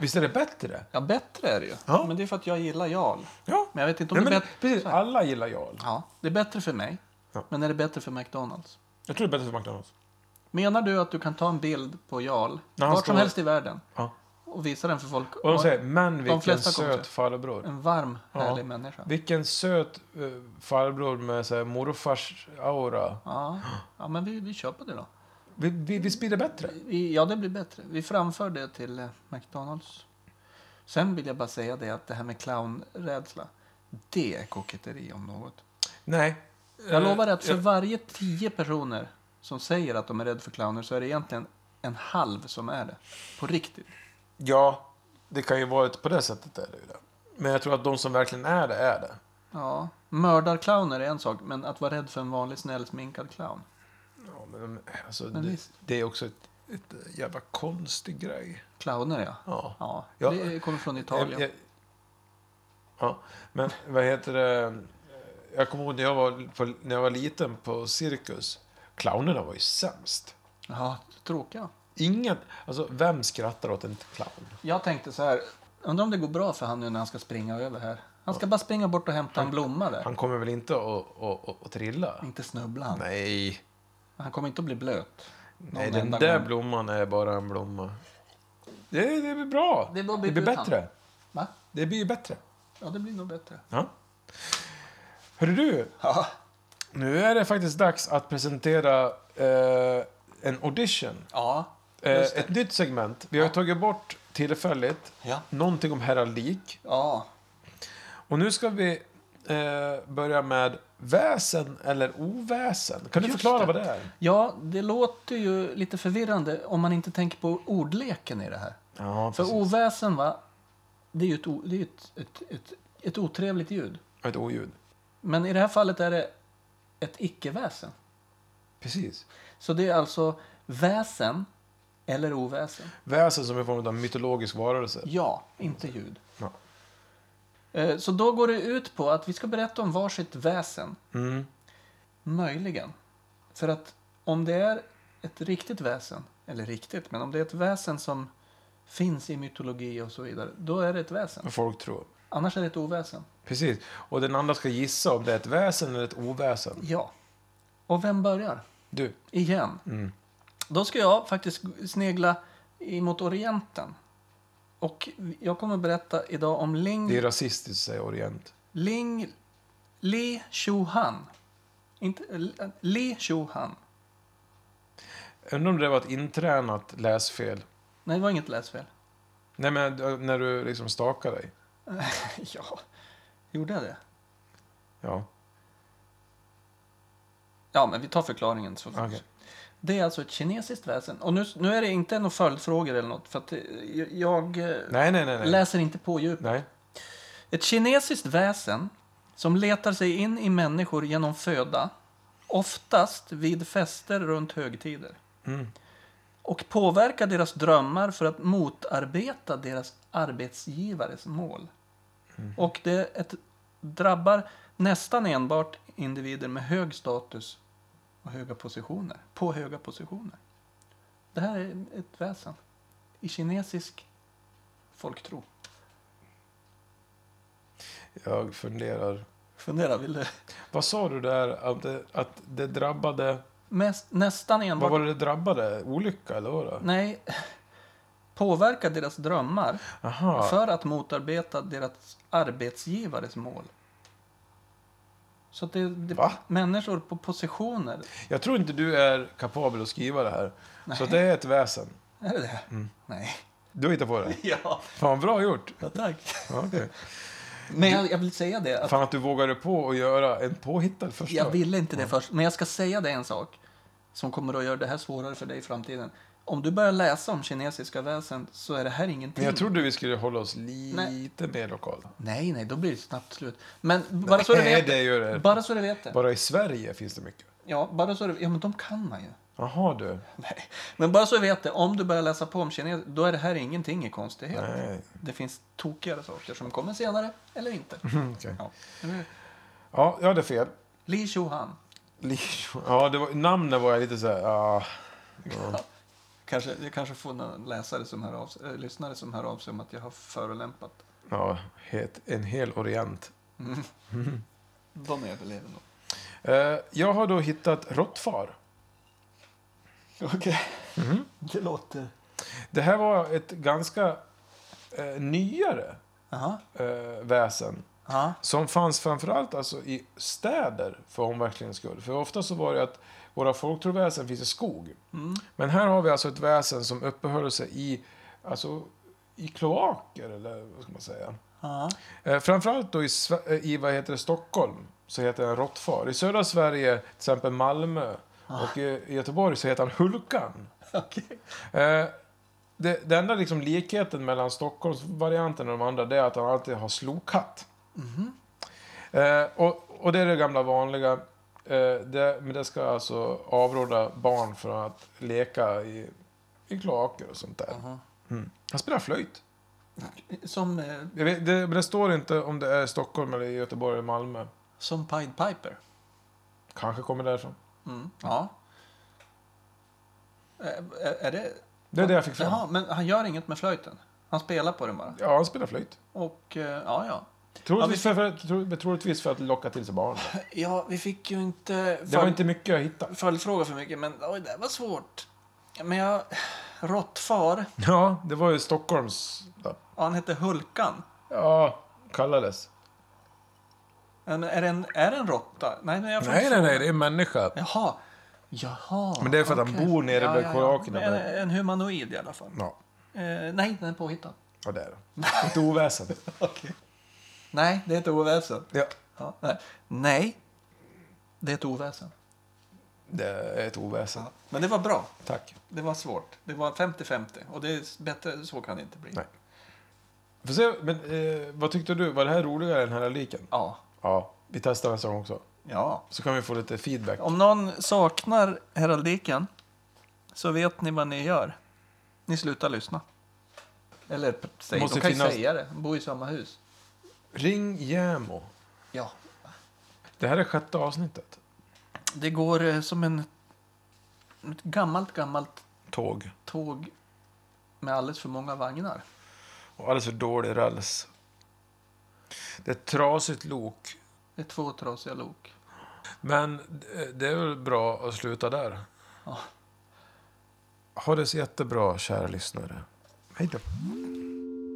[SPEAKER 2] Visst är det bättre?
[SPEAKER 1] Ja, bättre är det ju.
[SPEAKER 2] Ja.
[SPEAKER 1] Men det är för att jag gillar Jarl.
[SPEAKER 2] Ja.
[SPEAKER 1] Men jag vet inte om
[SPEAKER 2] Nej,
[SPEAKER 1] det är
[SPEAKER 2] men,
[SPEAKER 1] bättre.
[SPEAKER 2] precis, alla gillar Jarl.
[SPEAKER 1] Ja, det är bättre för mig.
[SPEAKER 2] Ja.
[SPEAKER 1] Men är det bättre för McDonalds?
[SPEAKER 2] Jag tror det är bättre för McDonalds.
[SPEAKER 1] Menar du att du kan ta en bild på Jarl,
[SPEAKER 2] När han
[SPEAKER 1] vart som
[SPEAKER 2] står-
[SPEAKER 1] helst i världen,
[SPEAKER 2] Ja.
[SPEAKER 1] och visa den för folk?
[SPEAKER 2] Och de säger, men vilken
[SPEAKER 1] flesta kommer
[SPEAKER 2] söt
[SPEAKER 1] till.
[SPEAKER 2] farbror.
[SPEAKER 1] En varm,
[SPEAKER 2] Ja.
[SPEAKER 1] härlig människa.
[SPEAKER 2] Vilken söt eh, farbror med så här, morfars aura.
[SPEAKER 1] Ja, ja men vi, vi köper det då.
[SPEAKER 2] Vi, vi, vi sprider bättre.
[SPEAKER 1] Vi, ja, det blir bättre. Vi framför det till eh, McDonalds. Sen vill jag bara säga det att det här med clownrädsla, det är koketteri om något.
[SPEAKER 2] Nej.
[SPEAKER 1] Jag
[SPEAKER 2] Eh,
[SPEAKER 1] lovar att för
[SPEAKER 2] jag-
[SPEAKER 1] varje tio personer som säger att de är rädda för clowner så är det egentligen en halv som är det. På riktigt.
[SPEAKER 2] Ja, det kan ju vara ett- på det sättet är det ju det. Men jag tror att de som verkligen är det, är det.
[SPEAKER 1] Ja. Mördarclowner är en sak, men att vara rädd för en vanlig snällsminkad clown.
[SPEAKER 2] Ja, men, alltså,
[SPEAKER 1] Men
[SPEAKER 2] det,
[SPEAKER 1] visst.
[SPEAKER 2] det är också ett, ett jävla konstig grej.
[SPEAKER 1] Clowner ja.
[SPEAKER 2] Ja.
[SPEAKER 1] Ja,
[SPEAKER 2] Ja. Eh,
[SPEAKER 1] det kommer från Italien.
[SPEAKER 2] Jag- jag- ja, men vad heter det? Jag kommer ihåg när jag var, på, när jag var liten på cirkus. Clownerna var ju sämst.
[SPEAKER 1] Ja, tråkiga.
[SPEAKER 2] Ingen, alltså vem skrattar åt en clown?
[SPEAKER 1] Jag tänkte så här, undrar om det går bra för han nu när han ska springa över här. Han ska bara springa bort och hämta en blomma där.
[SPEAKER 2] Han kommer väl inte att, att, att, att trilla?
[SPEAKER 1] Inte snubbla han.
[SPEAKER 2] Nej,
[SPEAKER 1] Han kommer inte att bli blöt. Någon
[SPEAKER 2] Nej den
[SPEAKER 1] enda
[SPEAKER 2] där
[SPEAKER 1] gång.
[SPEAKER 2] blomman är bara en blomma. Det, det blir bra.
[SPEAKER 1] Det är bara att
[SPEAKER 2] det blir
[SPEAKER 1] byta ut han.
[SPEAKER 2] bättre.
[SPEAKER 1] Va?
[SPEAKER 2] Det blir ju bättre.
[SPEAKER 1] Ja, det blir nog bättre.
[SPEAKER 2] Ja. Hörru du,
[SPEAKER 1] Ja,
[SPEAKER 2] nu är det faktiskt dags att presentera eh, en audition.
[SPEAKER 1] ja.
[SPEAKER 2] Eh,
[SPEAKER 1] Just det.
[SPEAKER 2] ett nytt segment. Vi har tagit bort tillfälligt
[SPEAKER 1] ja.
[SPEAKER 2] någonting om heraldik.
[SPEAKER 1] ja.
[SPEAKER 2] Och nu ska vi eh, börja med väsen eller oväsen. Kan du
[SPEAKER 1] Just
[SPEAKER 2] förklara
[SPEAKER 1] det.
[SPEAKER 2] vad det är?
[SPEAKER 1] Ja, det låter ju lite förvirrande om man inte tänker på ordleken i det här.
[SPEAKER 2] Ja,
[SPEAKER 1] För oväsen, va? Det är ju ett, o- det är ju ett, ett, ett, ett otrevligt ljud.
[SPEAKER 2] Ett oljud.
[SPEAKER 1] Men i det här fallet är det ett icke-väsen.
[SPEAKER 2] Precis.
[SPEAKER 1] Så det är alltså väsen eller oväsen.
[SPEAKER 2] Väsen som är en form av mytologisk varelse.
[SPEAKER 1] Ja, inte ljud.
[SPEAKER 2] Ja.
[SPEAKER 1] Eh, Så då går det ut på att vi ska berätta om varsitt väsen.
[SPEAKER 2] Mm.
[SPEAKER 1] Möjligen. För att om det är ett riktigt väsen, eller riktigt, men om det är ett väsen som finns i mytologi och så vidare, då är det ett väsen.
[SPEAKER 2] Vad folk tror.
[SPEAKER 1] Annars är det ett oväsen.
[SPEAKER 2] Precis. Och den andra ska gissa om det är ett väsen eller ett oväsen.
[SPEAKER 1] Ja. Och vem börjar?
[SPEAKER 2] Du.
[SPEAKER 1] Igen.
[SPEAKER 2] Mm.
[SPEAKER 1] Då ska jag faktiskt snegla mot Orienten. Och jag kommer att berätta idag om Ling...
[SPEAKER 2] Det är rasistiskt att säga orient.
[SPEAKER 1] Ling... Li Shuhan. Inte... eh, Li Shuhan.
[SPEAKER 2] Undrar om det var ett intränat läsfel.
[SPEAKER 1] Nej, det var inget läsfel.
[SPEAKER 2] Nej men eh, när du liksom stakar dig.
[SPEAKER 1] ja. Gjorde jag det?
[SPEAKER 2] Ja.
[SPEAKER 1] Ja, men vi tar förklaringen. Så
[SPEAKER 2] Okej.
[SPEAKER 1] Det är alltså ett kinesiskt väsen. Och nu, nu är det inte några följdfrågor eller något. För att eh, jag eh,
[SPEAKER 2] Nej, nej, nej. nej.
[SPEAKER 1] läser inte på djupt.
[SPEAKER 2] nej.
[SPEAKER 1] Ett kinesiskt väsen som letar sig in i människor genom föda. Oftast vid fester runt högtider.
[SPEAKER 2] Mm.
[SPEAKER 1] Och påverkar deras drömmar för att motarbeta deras arbetsgivares mål.
[SPEAKER 2] Mm.
[SPEAKER 1] Och det är ett, drabbar nästan enbart individer med hög status och höga positioner. På höga positioner. Det här är ett väsen i kinesisk folktro.
[SPEAKER 2] Jag funderar.
[SPEAKER 1] Fundera, vill du?
[SPEAKER 2] Vad sa du där att det, att det drabbade...
[SPEAKER 1] Mest, nästan
[SPEAKER 2] Vad
[SPEAKER 1] enbart...
[SPEAKER 2] var det det drabbade? Olycka eller vad var det?
[SPEAKER 1] Nej. Påverka deras drömmar
[SPEAKER 2] Aha.
[SPEAKER 1] för att motarbeta deras arbetsgivares mål. Så att det, det
[SPEAKER 2] Va?
[SPEAKER 1] människor på positioner.
[SPEAKER 2] Jag tror inte du är kapabel att skriva det här.
[SPEAKER 1] Nej.
[SPEAKER 2] Så det Mm. är ett väsen.
[SPEAKER 1] Är det det? Nej.
[SPEAKER 2] Du hittar på det.
[SPEAKER 1] Ja,
[SPEAKER 2] Fan, bra gjort.
[SPEAKER 1] ja tack.
[SPEAKER 2] Ja, okej.
[SPEAKER 1] Men jag, jag vill säga det. Att
[SPEAKER 2] Fan att du vågade på att göra en påhittad första.
[SPEAKER 1] jag ville inte det först. Men jag ska säga dig en sak. Som kommer att göra det här svårare för dig i framtiden. Om du börjar läsa om kinesiska väsen så är det här ingenting.
[SPEAKER 2] Men jag trodde vi skulle hålla oss lite
[SPEAKER 1] Nej.
[SPEAKER 2] mer lokalt.
[SPEAKER 1] Nej, nej, då blir det snabbt slut. Men bara så du
[SPEAKER 2] Nej,
[SPEAKER 1] vet
[SPEAKER 2] det gör det.
[SPEAKER 1] Bara så du vet det.
[SPEAKER 2] Bara i Sverige finns det mycket.
[SPEAKER 1] Ja, bara så du, ja, men de kan man ju.
[SPEAKER 2] Jaha du.
[SPEAKER 1] Nej. Men bara så du vet det, om du börjar läsa på om kines, då är det här ingenting i konstighet.
[SPEAKER 2] Nej.
[SPEAKER 1] Det finns
[SPEAKER 2] Mhm.
[SPEAKER 1] tokigare saker som kommer senare, eller inte.
[SPEAKER 2] Mm, Okej.
[SPEAKER 1] Ja. Eller hur?
[SPEAKER 2] Ja, jag hade fel.
[SPEAKER 1] Li Chohan.
[SPEAKER 2] Ja, det var, namnen var jag lite så här... ah. ja.
[SPEAKER 1] Kanske, jag kanske får någon läsare som hör av sig, eh, lyssnare som hör av sig om att jag har förolämpat.
[SPEAKER 2] Ja, het, en hel orient.
[SPEAKER 1] De överlever nog.
[SPEAKER 2] Eh, jag har då hittat råttfar.
[SPEAKER 1] Okej.
[SPEAKER 2] Mhm.
[SPEAKER 1] Det låter...
[SPEAKER 2] Det här var ett ganska eh, nyare
[SPEAKER 1] Jaha.
[SPEAKER 2] eh, väsen.
[SPEAKER 1] Ja.
[SPEAKER 2] Som fanns framförallt alltså i städer för omväxlings skull. För ofta så var det att våra folktroväsen finns i skog.
[SPEAKER 1] Mm.
[SPEAKER 2] Men här har vi alltså ett väsen som uppehöll sig i, alltså, i kloaker, eller vad ska man säga.
[SPEAKER 1] Ja.
[SPEAKER 2] Eh, framförallt då i, Sve- eh, i vad heter det, Stockholm så heter den råttfar. I södra Sverige, till exempel Malmö, och i i Göteborg så heter han Hulkan.
[SPEAKER 1] Okej.
[SPEAKER 2] Eh, det, den enda liksom likheten mellan Stockholmsvarianten och de andra det är att han alltid har slokhatt.
[SPEAKER 1] Mhm.
[SPEAKER 2] Eh, och, och det är det gamla vanliga. Eh, det, men det ska alltså avråda barn från att leka i, i kloaker och sånt där.
[SPEAKER 1] Jaha.
[SPEAKER 2] Mm. Han spelar flöjt.
[SPEAKER 1] Som, eh,
[SPEAKER 2] Jag vet, det, men det står inte om det är Stockholm, eller Göteborg eller Malmö.
[SPEAKER 1] som Pied Piper.
[SPEAKER 2] Kanske kommer därifrån.
[SPEAKER 1] Mm. Ja. Eh, Är, är det...
[SPEAKER 2] Det är det jag fick fram.
[SPEAKER 1] Jaha, men han gör inget med flöjten? Han spelar på den bara?
[SPEAKER 2] Ja, han spelar flöjt.
[SPEAKER 1] Och, eh, ja, ja.
[SPEAKER 2] Troligtvis, för, för, tro, troligtvis för att locka till sig barn.
[SPEAKER 1] Ja, vi fick ju inte...
[SPEAKER 2] Det var inte mycket jag hittade.
[SPEAKER 1] följdfråga för mycket, men oj, det var svårt. Men jag... Råttfar,
[SPEAKER 2] Ja, det var ju Stockholms...
[SPEAKER 1] ja, han hette Hulkan.
[SPEAKER 2] Ja, kallades.
[SPEAKER 1] Ja, Men är det en, är det en råtta? Nej, nej, jag får
[SPEAKER 2] Nej,
[SPEAKER 1] inte-
[SPEAKER 2] nej, nej, det är en människa.
[SPEAKER 1] Jaha. Jaha.
[SPEAKER 2] Men det är för att han
[SPEAKER 1] okej.
[SPEAKER 2] bor nere
[SPEAKER 1] Ja,
[SPEAKER 2] bland
[SPEAKER 1] ja, ja.
[SPEAKER 2] kloakerna
[SPEAKER 1] En,
[SPEAKER 2] där.
[SPEAKER 1] en humanoid i alla fall.
[SPEAKER 2] Ja,
[SPEAKER 1] Eh, nej, den är påhittad.
[SPEAKER 2] och det är det. Ett oväsen.
[SPEAKER 1] Nej, det är ett oväsen.
[SPEAKER 2] Ja,
[SPEAKER 1] Ja, nej. nej, det är ett oväsen.
[SPEAKER 2] det är ett oväsen.
[SPEAKER 1] Men det var bra.
[SPEAKER 2] Tack.
[SPEAKER 1] Det var svårt. Det var 50-50 och det är bättre så kan det inte bli.
[SPEAKER 2] Nej. Får se, men eh, vad tyckte du? Var det här roligare än här liken?
[SPEAKER 1] Ja.
[SPEAKER 2] Ja, vi testar nästa gång också.
[SPEAKER 1] ja.
[SPEAKER 2] Så kan vi få lite feedback.
[SPEAKER 1] Om någon saknar heraldiken så vet ni vad ni gör. Ni slutar lyssna. Eller p- säg,
[SPEAKER 2] Måste
[SPEAKER 1] de kan
[SPEAKER 2] finnas-
[SPEAKER 1] ju säga det. De bor i samma hus.
[SPEAKER 2] Ring JämO.
[SPEAKER 1] Ja.
[SPEAKER 2] Det här är sjätte avsnittet.
[SPEAKER 1] Det går eh, som en ett gammalt, gammalt
[SPEAKER 2] Tåg.
[SPEAKER 1] tåg med alldeles för många vagnar.
[SPEAKER 2] Och alldeles för dålig räls. Det är ett trasigt lok.
[SPEAKER 1] Det är två trasiga lok.
[SPEAKER 2] Men det- det är väl bra att sluta där.
[SPEAKER 1] Ja.
[SPEAKER 2] Ha det så jättebra, kära lyssnare. Hej då.